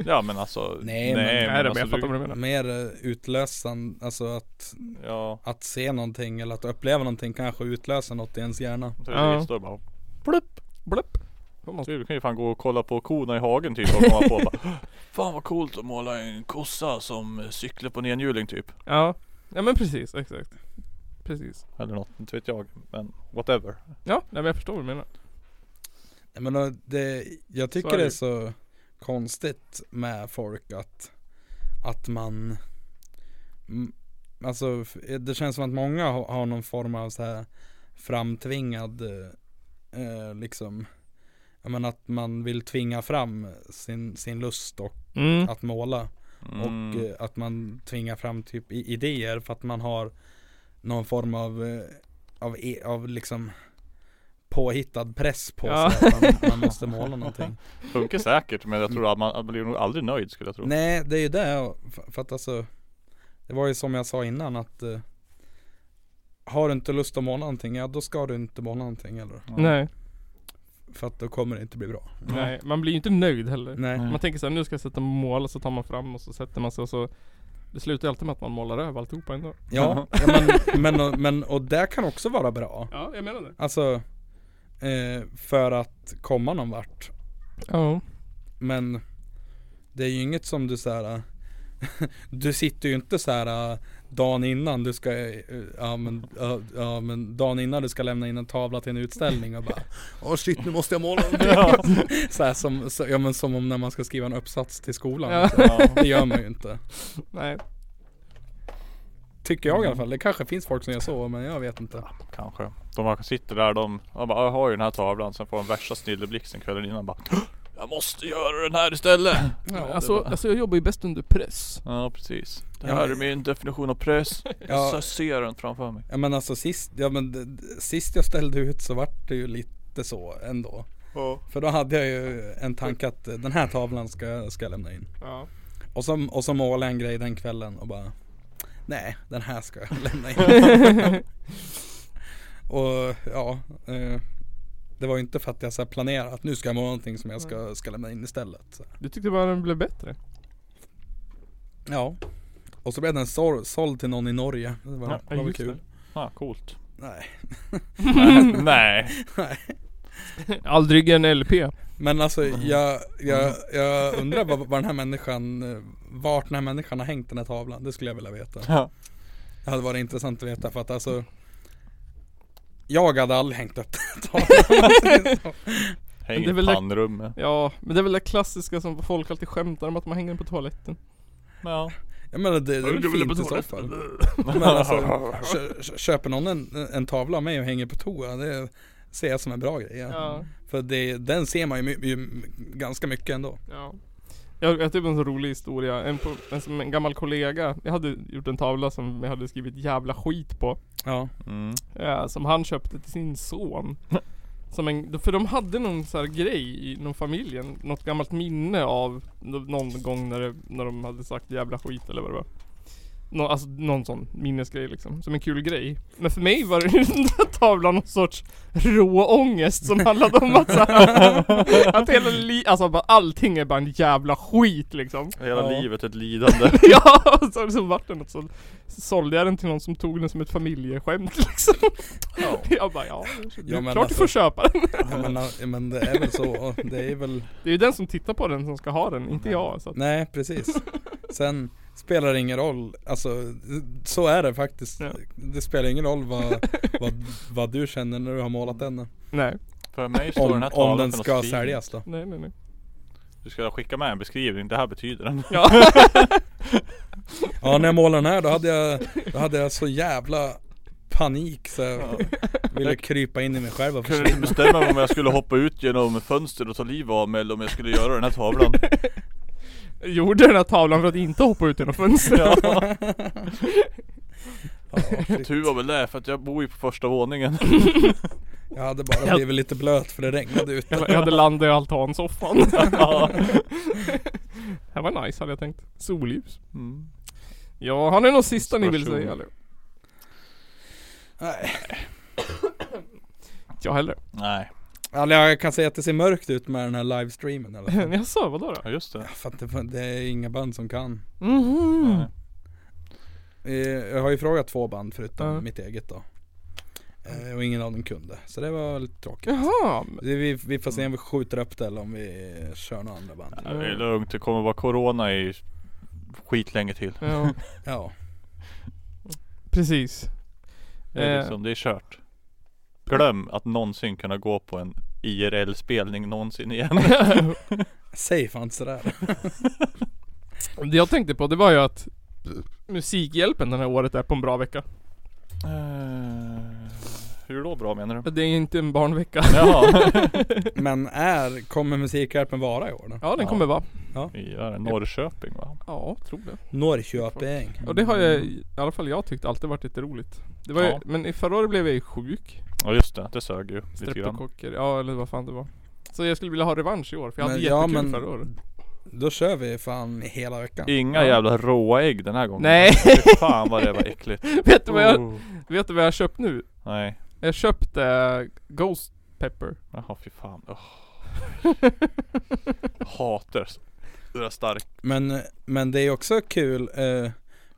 S3: ja men alltså
S4: Nej, men-
S2: Nej,
S3: men
S2: men
S3: alltså,
S2: jag fattar
S3: du,
S2: vad du menar.
S4: Mer eh, utlösan, alltså att,
S3: Ja,
S4: att se någonting eller att uppleva någonting kanske utlösa något i ens hjärna.
S3: så
S2: Ja.
S3: det står bara
S2: Blupp, blupp. Får man-
S3: Du du kan ju fan gå och kolla på korna i hagen typ och komma på och bara Fan vad coolt att måla en kossa som cyklar på en enhjuling typ
S2: Ja, ja men precis, exakt. Precis.
S3: Eller något, inte vet jag men whatever
S2: Ja, nej, men jag förstår vad du menar.
S4: Nej, Men eh, det, jag tycker
S2: är
S4: det
S2: det
S4: är
S2: ju.
S4: så konstigt med folk att, att man m- Alltså f- det känns som att många har, har någon form av så här framtvingad eh, eh, liksom jag menar att man vill tvinga fram sin, sin lust och
S2: Mm.
S4: att måla
S3: Mm.
S4: och eh, att man tvingar fram typ i- idéer för att man har någon form av, eh, av, e- av liksom påhittad press på
S2: Ja.
S4: sig att man, man måste måla någonting.
S3: Funkar säkert men jag tror att man, man blir nog aldrig nöjd skulle jag tro
S4: Nej, det är ju det. och f- För att alltså, det var ju som jag sa innan att eh, har du inte lust att måla någonting, ja då ska du inte måla någonting eller?
S3: Ja.
S2: Nej,
S4: För att då kommer det inte bli bra.
S2: nej. Man blir ju inte nöjd heller.
S4: Nej.
S2: Man tänker såhär, nu ska jag sätta mål och så tar man fram och så sätter man sig och så Det slutar ju alltid med att man målar över alltihopa ändå
S4: Ja, ja men, men, och- men och det kan också vara bra.
S2: Ja, jag menar det
S4: Alltså, eh, för att komma någon vart.
S2: Ja
S4: Men det är ju inget som du såhär Du sitter ju inte såhär äh, dagen innan du ska, äh, ja men, äh, ja men dagen innan du ska lämna in en tavla till en utställning och bara Åh shit nu måste jag måla
S3: Ja.
S4: så här som, så, ja men som om när man ska skriva en uppsats till skolan
S2: Ja.
S4: liksom.
S3: Ja.
S4: Det gör man ju inte
S2: Nej,
S4: Tycker jag i alla fall, det kanske finns folk som gör så men jag vet inte
S3: Kanske. De bara sitter där de, de bara, jag har ju den här tavlan, sen får de värsta snilleblixten kvällen innan bara Jag måste göra den här istället!
S4: Ja,
S2: alltså, alltså jag jobbar ju bäst under press
S3: Ja precis. Det
S4: Ja,
S3: här är
S4: men-
S3: min definition av press.
S4: Ja.
S3: Ja. Jag ser den framför mig.
S4: Ja men alltså sist, ja men d- d- sist jag ställde ut så vart det ju lite så ändå För då hade jag ju en tanke att eh, den här tavlan ska, ska jag lämna in
S2: Ja
S4: Och så, och så målade jag en grej den kvällen och bara Nej, den här ska jag lämna in. och ja, eh, det var ju inte för att jag så här planerade att nu ska jag måla någonting som jag ska, ska lämna in istället. Så.
S2: Du tyckte bara den blev bättre?
S4: Ja. Och så blev den sår, såld till någon i Norge. Det var, det var väl kul.
S3: Ah, coolt.
S4: Nej.
S3: Nej.
S2: Aldrig en LP
S4: Men alltså jag, jag, jag undrar vad, vad den här människan, eh, vart den här människan har hängt den här tavlan. Det skulle jag vilja veta.
S3: Ja.
S4: Det hade varit intressant att veta för att alltså Jag hade aldrig hängt upp den här tavlan.
S3: Häng
S2: Men det är
S3: i
S2: väl det-
S3: pannrummet.
S2: Ja, men det är väl det klassiska som folk alltid skämtar om att man hänger den på toaletten
S3: Ja.
S4: Jag menar det, det är väl fint i så fall. Men alltså, kö- kö- köper någon en, en tavla av mig och hänger på toa, det ser jag som en bra grej.
S2: Ja,
S4: För det, den ser man ju, my- ju ganska mycket ändå.
S2: ja jag, jag har typ en så rolig historia, en, på, en, som en gammal kollega, jag hade gjort en tavla som jag hade skrivit jävla skit på
S4: Ja,
S3: Mm.
S2: Eh, som han köpte till sin son. Som en, för de hade någon så här grej inom familjen, något gammalt minne av nå- någon gång när, det, när de hade sagt jävla skit eller vad det var. Nå, alltså någon sån minnesgrej liksom, som en kul grej. Men för mig var den där tavlan någon sorts rå ångest som handlade om att så här, att hela li- alltså bara allting är bara en jävla skit liksom.
S3: Hela
S4: Ja.
S3: livet ett lidande.
S2: Ja, och så, så vart det något så sålde jag den till någon som tog den som ett familjeskämt liksom.
S3: Ja.
S2: Jag bara ja, det är
S4: Ja, men
S2: klart du
S4: alltså-
S2: får köpa den.
S4: Ja, men, ja, men det är väl så. Det är väl
S2: Det är ju den som tittar på den som ska ha den, inte jag. Så att,
S4: Nej precis Sen spelar det ingen roll Alltså så är det faktiskt
S2: Ja.
S4: Det spelar ingen roll vad, vad, vad du känner när du har målat den
S2: nej,
S3: För mig står den
S4: Om,
S3: här tavlan
S4: om den
S3: för något
S4: ska
S3: fint.
S4: säljas då
S2: nej, nej, nej.
S3: Du ska skicka med en beskrivning, det här betyder den.
S2: Ja,
S4: Ja när jag målade den här då hade jag, då hade jag så jävla panik så jag ville krypa in i mig själv och
S3: Jag kunde inte
S4: försvinna
S3: bestämma mig om jag skulle hoppa ut genom fönstret och ta livet av mig eller om jag skulle göra den här tavlan.
S2: gjorde den här tavlan för att inte hoppa ut genom fönstret.
S3: Ja.
S4: ja, shit.
S3: Tur var väl det, för att jag bor ju på första våningen.
S4: Jag hade bara blivit lite blöt för det regnade ute
S2: Jag, jag hade landat i altansoffan. det var nice hade jag tänkt. Solljus.
S3: Mm.
S2: Ja, har ni något sista ni vill
S3: Spörsmål.
S2: säga eller?
S4: Nej.
S2: Jag heller.
S3: Nej,
S4: Alltså, jag kan säga att det ser mörkt ut med den här livestreamen i alla fall.
S2: Jaså, vadå då?
S3: ja just det.
S4: För att det, det är inga band som kan
S2: Mhm.
S3: Nej.
S4: Eh, Jag har ju frågat två band förutom
S2: Ja.
S4: mitt eget då. Eh, Och ingen av dem kunde. Så det var lite tråkigt.
S2: Jaha.
S4: Det- Vi, vi får se om vi skjuter upp det eller om vi kör några andra band.
S3: Nej, Det är lugnt, det kommer vara corona i skit länge till.
S2: Ja,
S4: Ja.
S2: precis.
S3: Det är,
S2: Eh.
S3: liksom, det är kört. Glöm att någonsin kunna gå på en IRL-spelning någonsin igen.
S4: Säg fan sådär.
S2: Det jag tänkte på det var ju att
S4: Typ.
S2: Musikhjälpen den här året är på en bra vecka.
S3: Eh, Hur då bra menar du?
S2: Det är inte en barnvecka.
S3: Jaha.
S4: Men är, kommer Musikhjälpen vara i år då?
S2: Ja den
S3: Ja.
S2: kommer vara.
S3: Vi är Norrköping va?
S2: Ja, tror det.
S4: Norrköping.
S2: Och det har jag, i alla fall jag tyckt alltid varit lite roligt. Det var ju,
S3: Ja.
S2: men i förra året blev jag ju sjuk.
S3: Ja just det, det sög ju lite grann.
S2: Streptokocker, ja eller vad fan det var. Så jag skulle vilja ha revansch i år för jag hade
S4: Men- ja,
S2: jättekul
S4: men-
S2: förra året.
S4: Då kör vi fan hela veckan.
S3: Inga
S2: Ja.
S3: jävla råa ägg den här gången.
S2: Nej.
S3: Fy fan vad det var äckligt.
S2: Vet du vad jag,
S3: Oh.
S2: vet du vad jag har köpt nu?
S3: Nej.
S2: Jag köpte eh, Ghost Pepper.
S3: Jaha fy fan. Oh. Hatar s- det där stark.
S4: Men, men det är också kul. eh,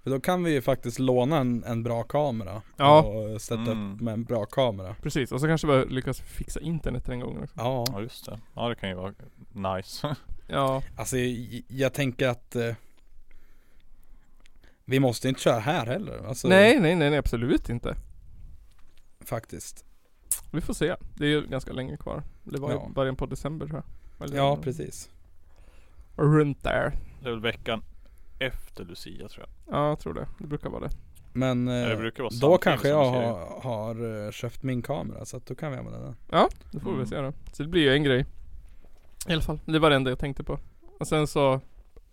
S4: För då kan vi ju faktiskt låna en, en bra kamera.
S2: Ja.
S4: Och sätta
S3: Mm.
S4: upp med en bra kamera.
S2: Precis, och så kanske vi lyckas fixa internet den gången också.
S4: Ja.
S3: Ja just det. Ja det kan ju vara nice.
S2: Ja,
S4: Alltså jag, jag tänker att eh, Vi måste inte köra här heller alltså,
S2: nej nej nej nej, absolut inte.
S4: Faktiskt
S2: Vi får se. Det är ju ganska länge kvar. Det var
S4: Ja.
S2: i början på december tror jag. Eller
S4: Ja precis
S2: Runt där.
S3: Det är väl veckan efter Lucia tror jag.
S2: Ja, jag tror det. Det brukar vara det.
S4: Men eh,
S3: det brukar vara
S4: då
S3: samtidigt
S4: kanske
S3: som
S4: jag
S3: vi ser
S4: har, har eh, köpt min kamera så att då kan vi använda den
S2: Då får vi
S3: Mm.
S2: väl se då. Så det blir ju en grej. I alla fall. Det var det enda jag tänkte på. Och sen så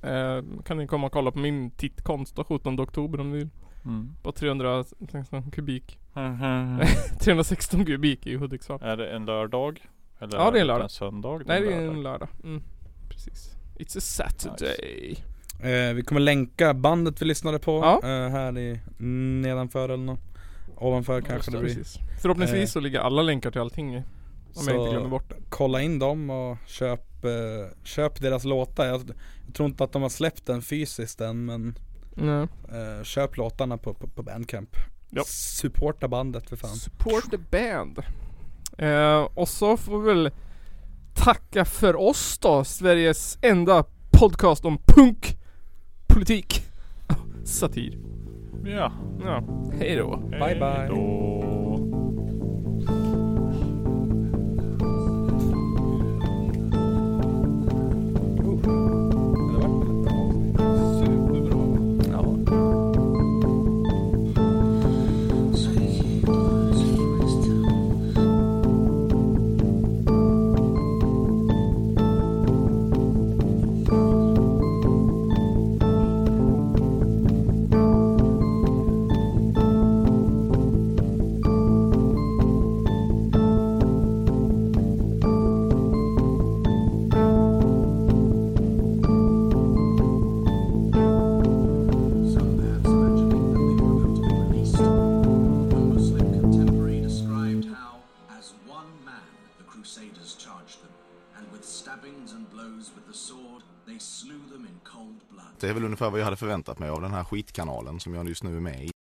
S2: eh, kan ni komma och kolla på min tittkonst då 17 oktober om ni vill.
S3: Mm.
S2: På 316 kubik. 316 kubik i Hudiksvall.
S3: är det en lördag? Eller
S2: Ja, det är en lördag.
S3: En söndag?
S2: Nej det är
S3: lördag.
S2: en lördag. Mm. Precis. It's a Saturday.
S4: eh, Vi kommer länka bandet vi lyssnade på
S2: Ja.
S4: eh, här i nedanför eller något Ovanför kanske det blir
S2: Precis. Förhoppningsvis
S4: Eh.
S2: så ligger alla länkar till allting i. Om
S4: Så-
S2: jag inte glömmer bort det.
S4: Kolla in dem och köp, eh, köp deras låtar jag, jag tror inte att de har släppt den fysiskt än men
S2: Nej.
S4: Eh, köp låtarna på, på, på Bandcamp.
S2: Ja.
S4: Supporta bandet för fan.
S2: Support the band. Eh, och så får vi väl tacka för oss då, Sveriges enda podcast om punk, politik, satir.
S3: Ja.
S2: Ja, hej då.
S4: Bye, bye.
S3: Hej då.
S8: and with stabbings and blows with the sword, they slew them in cold blood.
S9: Det är väl ungefär vad jag hade förväntat mig av den här skitkanalen som jag just nu är med i.